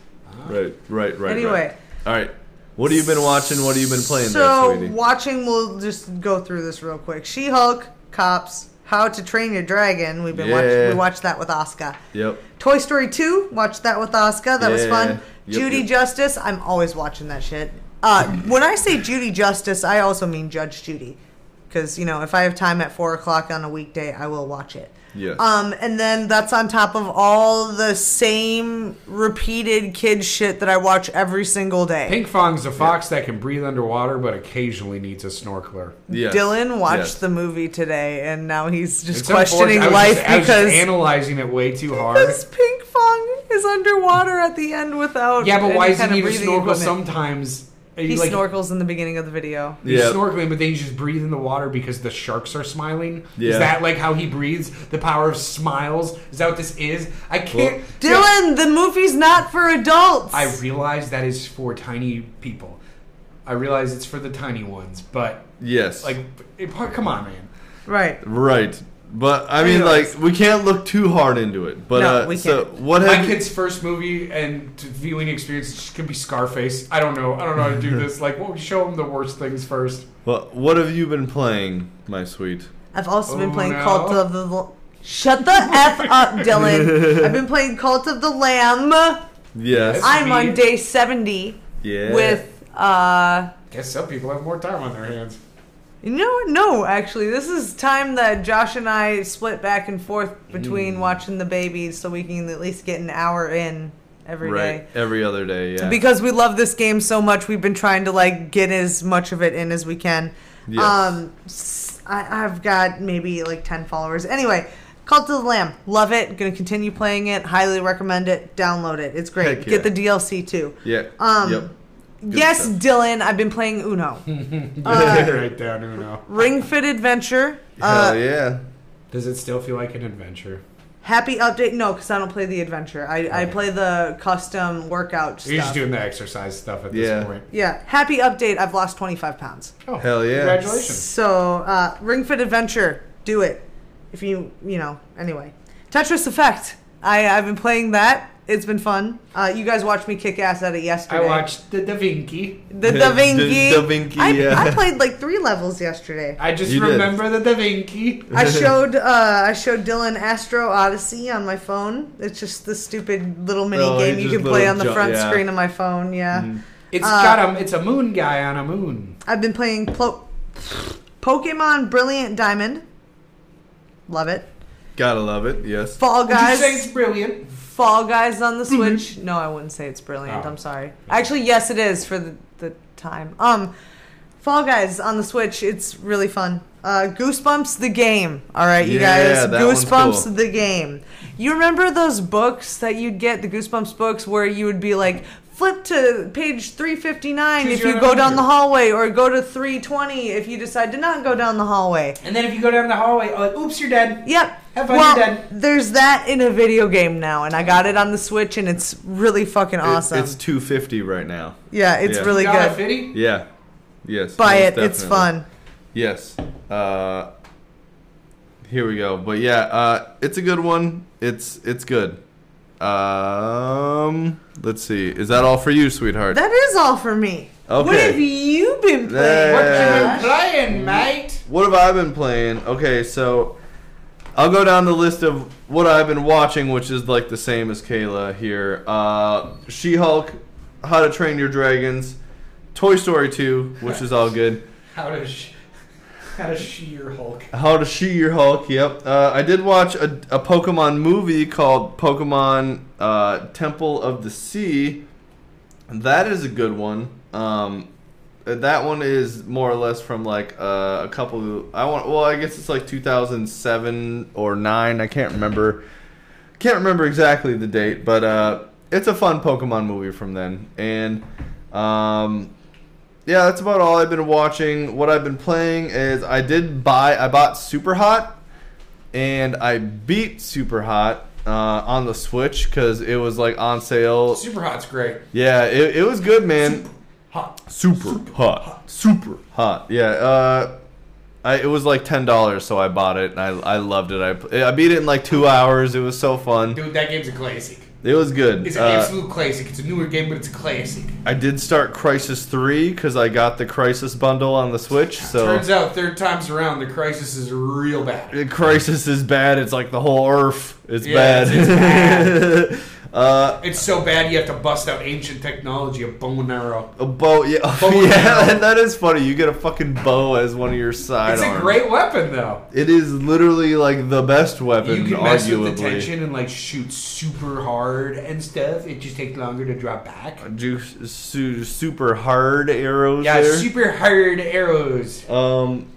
Right. Right. Right.
Anyway.
Right. All right. What have you been watching? What have you been playing,
So
there, sweetie?
watching, we'll just go through this real quick. She Hulk, Cops, How to Train Your Dragon. We've been
Yeah.
watching. We watched that with Oscar.
Yep.
Toy Story 2, watched that with Oscar. That was
Yeah.
fun.
Yep,
Judy
yep.
Justice, I'm always watching that shit. Uh, when I say Judy Justice, I also mean Judge Judy. Because, you know, if I have time at 4 o'clock on a weekday, I will watch it.
Yes.
Um, and then that's on top of all the same repeated kid shit that I watch every single day.
Pink Fong's a fox that can breathe underwater, but occasionally needs a snorkeler.
Yes.
Dylan watched
Yes.
the movie today, and now he's just
It's
questioning
unfortunate- I was
life
just- I was just
because
analyzing it way too hard.
because Pink Fong is underwater at the end without
Yeah, but
any
why does he
kind of
need a
breathing
snorkel
equipment.
sometimes? Are you
He
like,
snorkels in the beginning of the video.
He's
Yeah.
snorkeling, but then he's just breathing the water because the sharks are smiling.
Yeah.
Is that like how he breathes? The power of smiles? Is that what this is? I can't.
Dylan, the movie's not for adults.
I realize that is for tiny people. I realize it's for the tiny ones, but
Yes.
like, it, come on, man.
right.
Right. But I mean,
Anyways.
like, we can't look too hard into it. But
No,
uh,
we
so
can't.
what
My
have you,
kid's first movie and t- viewing experience is just gonna be Scarface. I don't know. I don't know how to do this. Like, well, show him the worst things first.
what, what have you been playing, my sweet?
I've also been
Oh,
playing
no.
Cult of the. Shut the f up, Dylan. I've been playing Cult of the Lamb.
Yes.
I-
I'm on day 70
yeah.
with uh
Guess some people have more time on their hands.
you know what? no actually this is time that Josh and I split back and forth between
Mm.
watching the babies so we can at least get an hour in every day.
right every other day. Yeah.
Because we love this game so much, we've been trying to like get as much of it in as we can.
Yes.
Um, s- I, have got maybe like ten followers. Anyway, Cult of the Lamb, love it. Gonna continue playing it. Highly recommend it. Download it. It's great.
Heck yeah.
Get the DLC too.
yeah.
Um,
yep.
yes,
stuff.
Dylan, I've been playing Uno,
Write down Uno.
Ring Fit Adventure. Uh,
Hell yeah.
Does it still feel like an adventure?
Happy update? No, because I don't play the adventure. I, I
Okay.
play the custom workout
You're just
stuff.
doing the exercise stuff at this
Yeah.
point.
Yeah. Happy update. I've lost twenty five pounds.
Oh,
Hell yeah.
Congratulations.
So, uh, Ring Fit Adventure, do it. If you, you know, anyway. Tetris Effect. I, I've been playing that. It's been fun. Uh, you guys watched me kick ass at it
I
yesterday.
watched the Da Vinci.
the
The
Da Vinci.
Da Vinci,
I,
yeah.
I played like three levels yesterday.
I just
You did.
remember the Da Vinci.
I showed uh, I showed Dylan Astro Odyssey on my phone. It's just the stupid little mini
Oh,
game
you
you
just
can play
little
on the
ju-
front
yeah. Mm-hmm.
screen of my phone. Yeah,
It's
Uh,
got a, it's a moon guy on a moon.
I've been playing Plo- Pokemon Brilliant Diamond. Love it.
Gotta love it. Yes.
Fall
Would you
Guys.
say it's brilliant?
Fall Guys on the
Mm-hmm.
Switch. No, I wouldn't say it's brilliant.
Oh.
I'm sorry. Actually, yes, it is for the, the time. Um, Fall Guys on the Switch. It's really fun. Uh, Goosebumps the game. All right, you
Yeah,
guys.
that one's
Goosebumps
cool.
the game. You remember those books that you'd get, the Goosebumps books, where you would be like, flip to page 359
Choose
if
your
you
own
go down the
adventure.
hallway, or go to 320 if you decide to not go down the hallway.
And then if you go down the hallway, oh, like, oops, you're dead.
Yep.
Have fun,
well,
you're dead.
there's that in a video game now, and I got it on the Switch, and it's really fucking
It-
awesome.
it's 250 right now.
yeah, it's
yeah.
really
Dollar
good.
fifty?
Yeah. Yes.
Buy it.
most
It's
definitely.
fun.
Yes. Uh, here we go. But yeah, uh, it's a good one. It's it's good. Um, let's see. Is that all for you, sweetheart?
That is all for me. What
Okay.
have you been playing?
There.
What you
Yeah.
been
Josh?
playing, mate?
what have I been playing? Okay, so I'll go down the list of what I've been watching, which is like the same as Kayla here. Uh, She-Hulk, How to Train Your Dragons, Toy Story 2, which is all good.
How does she, how does she your Hulk?
How to She Your Hulk. Yep. Uh, I did watch a, a Pokemon movie called Pokemon uh, Temple of the Sea. That is a good one. Um, that one is more or less from like uh, a couple. I want. Well, I guess it's like 2007 or nine. I can't remember. Can't remember exactly the date, but uh, it's a fun Pokemon movie from then. And um, yeah, that's about all I've been watching. What I've been playing is I did buy, I bought Super Hot, and I beat Super Hot uh, on the Switch because it was like on sale.
Super hot's great.
Yeah, it, it was good, man.
Hot.
Super, hot. super hot. Yeah, uh, I, it was like ten dollars, so I bought it and I, I loved it. I pl- I beat it in like two hours. It was so fun.
Dude, that game's a classic.
It was good.
It's an
Uh,
absolute classic. It's a newer game, but it's a classic.
I did start Crisis Three because I got the Crisis bundle on the Switch. So
Turns out, third time's around, the crisis is real bad.
The crisis is bad. It's like the whole earth is
Yeah,
bad.
it's-
uh,
It's so bad you have to bust out ancient technology, a bow and arrow.
a bow. Yeah,
Bow and
yeah.
arrow.
And that is funny. You get a fucking bow as one of your side
It's a
arms.
great weapon, though.
It is literally like the best weapon,
You can mess with the
arguably.
tension and like shoot super hard and stuff. It just takes longer to drop back.
Do su- super hard arrows.
Yeah,
there.
super hard arrows.
Um,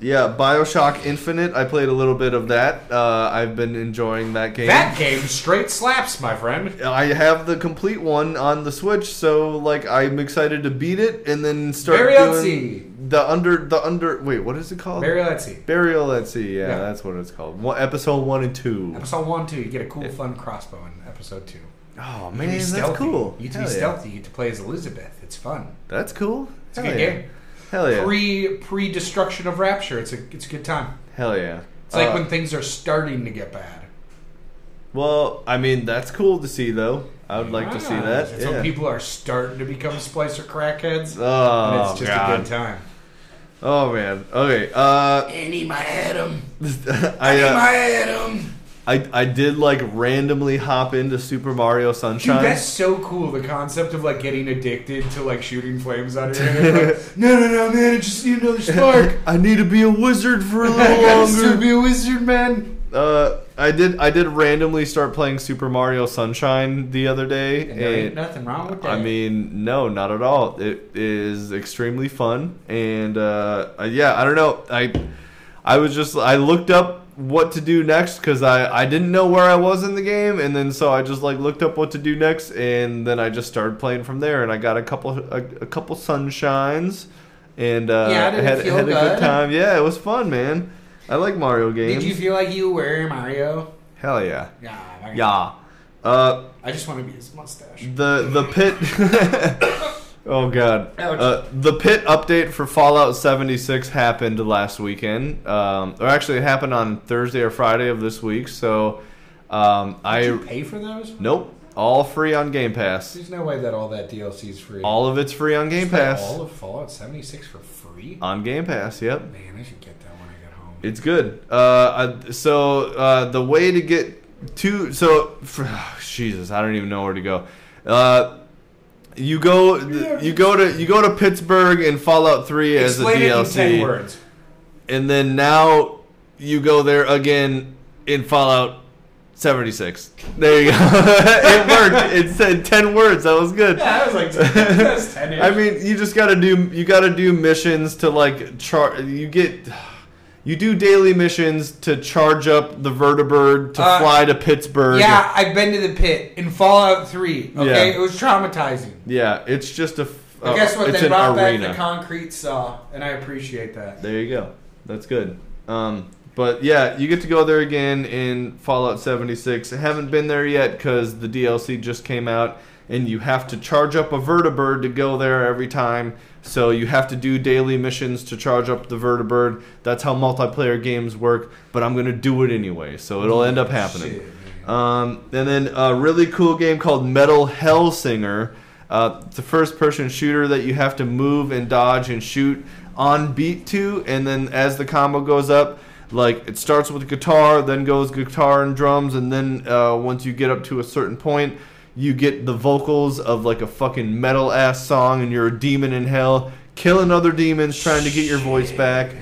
yeah, Bioshock Infinite. I played a little bit of that. Uh, I've been enjoying that game.
That game straight slaps, my friend.
I have the complete one on the Switch, so like I'm excited to beat it and then start
Burial
doing the under the under. Wait, what is it called?
Barry, let's see.
Burial at Sea. Yeah,
Yeah.
that's what it's called. One, episode one and two.
Episode one, two, you get a cool, fun crossbow in episode two. You
Oh
can
man,
be
that's
stealthy.
cool.
You get to
Hell
be
yeah.
stealthy. You get to play as Elizabeth. It's fun.
That's cool.
It's a
Hell
good
yeah.
game.
Hell yeah.
Pre pre destruction of Rapture. It's a it's a good time.
Hell yeah.
It's like
Uh,
when things are starting to get bad.
well, I mean, that's cool to see though. I would like to see
Ah,
that.
It's
yeah.
when people are starting to become splicer crackheads.
oh
and it's just
God.
a good time.
Oh man. Okay. Uh,
Any my Adam.
I. Uh,
Adam.
I, I did like randomly hop into Super Mario
Dude,
Sunshine.
that's so cool. The concept of like getting addicted to like shooting flames out of your head. Like, no, no, no, man! I just need another spark.
I need to be a wizard for a
I
little
gotta still
longer.
be a wizard, man.
Uh, I did I did randomly start playing Super Mario Sunshine the other day.
And there ain't
and-
nothing wrong with that.
I mean, no, not at all. It is extremely fun, and uh, uh, yeah, I don't know. I I was just I looked up what to do next because I I didn't know where I was in the game, and then so I just like looked up what to do next, and then I just started playing from there, and I got a couple a, a couple sunshines, and uh,
Yeah, did it
had
feel
had a
good?
good time. Yeah, it was fun, man. I like Mario games.
did you feel like you were Mario?
Hell yeah,
Yeah, Mario.
yeah. Uh,
I just want to be his mustache.
the the pit. oh god.
Ouch.
Uh, the pit update for Fallout 76 happened last weekend. Um, or actually, it happened on Thursday or Friday of this week. So, um,
Did
I
you pay for those?
nope, all free on Game Pass.
There's no way that all that DLC is free.
All of it's free on
You
Game
play
Pass. Uh,
All of Fallout 76 for free?
On Game Pass. Yep.
Man, I should get that when I get home.
It's good. Uh, I- so uh, the way to get to so for, Jesus, I don't even know where to go. Uh, you go, you go to you go to Pittsburgh in Fallout Three as a
Explain it in 10
DLC,
words.
and then now you go there again in Fallout seventy six. There you go. it worked. It said ten words. That was good.
Yeah, I was like, that's 10
I mean, you just gotta do you gotta do missions to like char. You get you do daily missions to charge up the vertibird to
Uh,
fly to Pittsburgh.
yeah, I've been to the pit in Fallout 3. Okay,
Yeah.
it was traumatizing.
yeah. It's just a. f-
But
uh,
guess what?
It's
They
an
brought
arena.
back the concrete saw, and I appreciate that.
there you go. That's good. Um, but yeah, you get to go there again in Fallout 76. I haven't been there yet because the DLC just came out, and you have to charge up a vertibird to go there every time. So you have to do daily missions to charge up the vertibird. That's how multiplayer games work. But I'm gonna do it anyway, so it'll end up happening.
Shit, man.
Um, and then a really cool game called Metal Hellsinger. Uh, it's a first person shooter that you have to move and dodge and shoot on beat to. And then as the combo goes up, like it starts with guitar, then goes guitar and drums. And then uh, once you get up to a certain point, you get the vocals of like a fucking metal ass song, and you're a demon in hell, killing other demons, trying to get your voice back.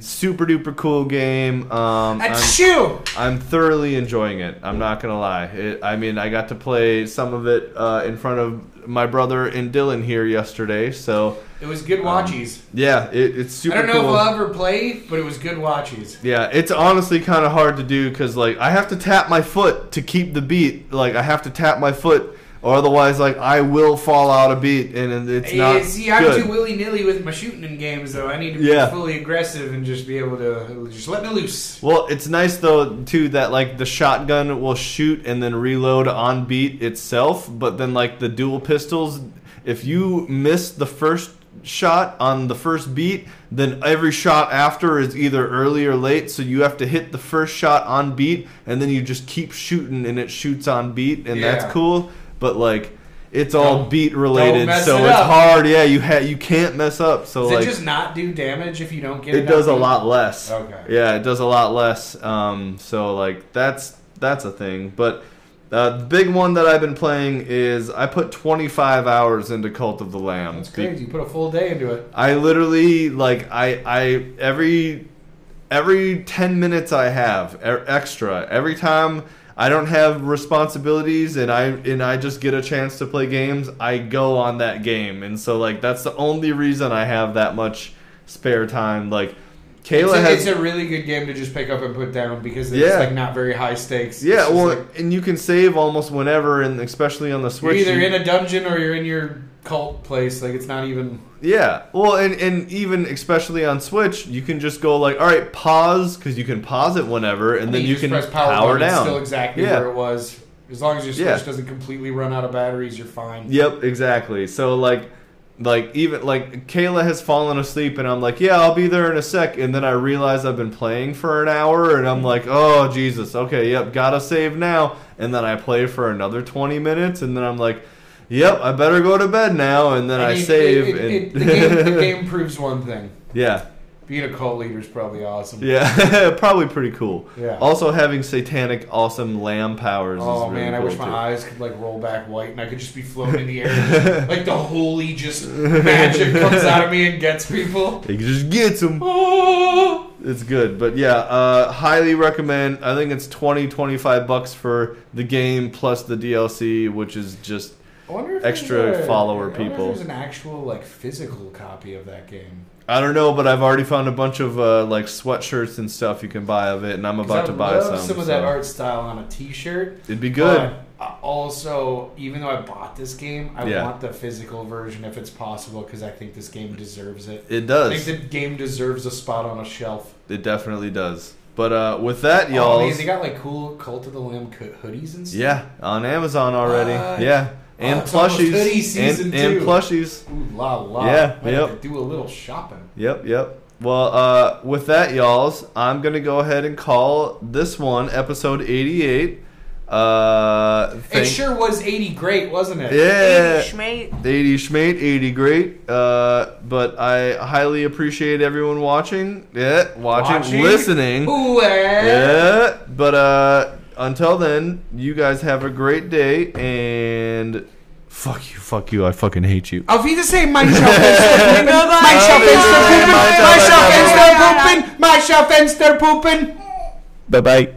Super duper cool game. Um, I'm-
Achoo!
I'm thoroughly enjoying it. I'm not gonna lie. It, I mean, I got to play some of it uh, in front of my brother and Dylan here yesterday. So
It was good watchies.
yeah, it, it's Um, super.
I don't know
cool.
if I'll ever play, but it was good watchies.
Yeah, it's honestly kind of hard to do because like I have to tap my foot to keep the beat. Like I have to tap my foot, or otherwise like I will fall out of beat, and it's
Yeah,
not
see, I'm
good.
too willy nilly with my shooting in games, though. I need to be
Yeah.
fully aggressive and just be able to just let me loose.
Well, it's nice though too that like the shotgun will shoot and then reload on beat itself, but then like the dual pistols, if you miss the first shot on the first beat, then every shot after is either early or late, so you have to hit the first shot on beat and then you just keep shooting and it shoots on beat and
Yeah.
that's cool, but like it's all
Don't-
beat related,
mess
so
it
it's
up.
hard. Yeah, you ha- you can't mess up. So
Does
like
it just not do damage if you don't get it?
it does a
up?
lot less.
Okay.
Yeah, it does a lot less. Um, so like that's that's a thing. But uh, the big one that I've been playing is I put 25 hours into Cult of the Lamb.
That's
Be-
crazy. You put a full day into it.
I literally like I I every every 10 minutes I have e- extra every time I don't have responsibilities and I and I just get a chance to play games I go on that game and so like that's the only reason I have that much spare time like
It's
Kayla
a,
has
it's a really good game to just pick up and put down because it's
Yeah.
like not very high stakes. It's
yeah
just
well
like,
and you can save almost whenever and especially on the
you're
Switch
either
you-
in a dungeon or you're in your cult place. Like it's not even.
Yeah. Well, and, and even especially on Switch, you can just go like, all right, pause because you can pause it whenever, and
I
then
mean,
you
just
can
press
power,
button, It's
down.
still exactly
Yeah.
where it was. As long as your switch
Yeah.
doesn't completely run out of batteries, you're fine.
Yep, exactly. So like like even like Kayla has fallen asleep and I'm like, "Yeah, I'll be there in a sec." And then I realize I've been playing for an hour and
Mm-hmm.
I'm like, "Oh, Jesus. Okay, yep, got to save now." And then I play for another 20 minutes and then I'm like, "Yep, I better go to bed now." And then
I
I,
mean,
save
it- it-
and
it- the, game, the game proves one thing:
Yeah.
Being a cult leader is probably awesome.
Yeah, probably pretty cool.
Yeah.
Also, having satanic, awesome lamb powers.
Oh
is really
man, I
cool,
wish my
too.
eyes could like roll back white and I could just be floating in the air, like the holy just magic comes out of me and gets people.
It just gets them.
Oh,
It's good, but yeah, uh, highly recommend. I think it's 20, 25 bucks for the game plus the DLC, which is just
I wonder if
Extra
there's a-
follower
I wonder if
people.
there's an actual like physical copy of that game.
I don't know, but I've already found a bunch of uh, like sweatshirts and stuff you can buy of it, and I'm
'Cause
about
I
to buy
love
some. so
of that art style on a T-shirt.
It'd be good.
But I also, even though I bought this game, I
Yeah.
want the physical version if it's possible because I think this game deserves it.
it
I
does.
think the game deserves a spot on a shelf.
It definitely does. But uh, with that,
Oh,
y'all.
man, they got like cool Cult of the Lamb co- hoodies and stuff.
yeah, on Amazon already.
What?
Yeah, and
Oh, it's almost
plushies.
hoodie season
and, and
too.
plushies.
Ooh la la.
Yeah,
Might have
yep.
to do a little shopping.
Yep, yep. Well, uh, with that, y'alls, I'm gonna go ahead and call this one episode 88. Uh,
it
thank-
sure was 80 great, wasn't it?
Yeah.
Schmate.
80 schmate, 80 great. Uh, but I highly appreciate everyone watching. Yeah, watching,
Watching.
listening.
Ooh, eh?
Yeah. But uh, until then, you guys have a great day and fuck you, fuck you. I fucking hate you.
Auf Wiedersehen, mein Schaufenster.
Bye-bye.
mein Schaufenster
Bye-bye.
pupen. Mein
Bye-bye.
Schaufenster pupen. Mein Schaufenster pupen.
Bye bye.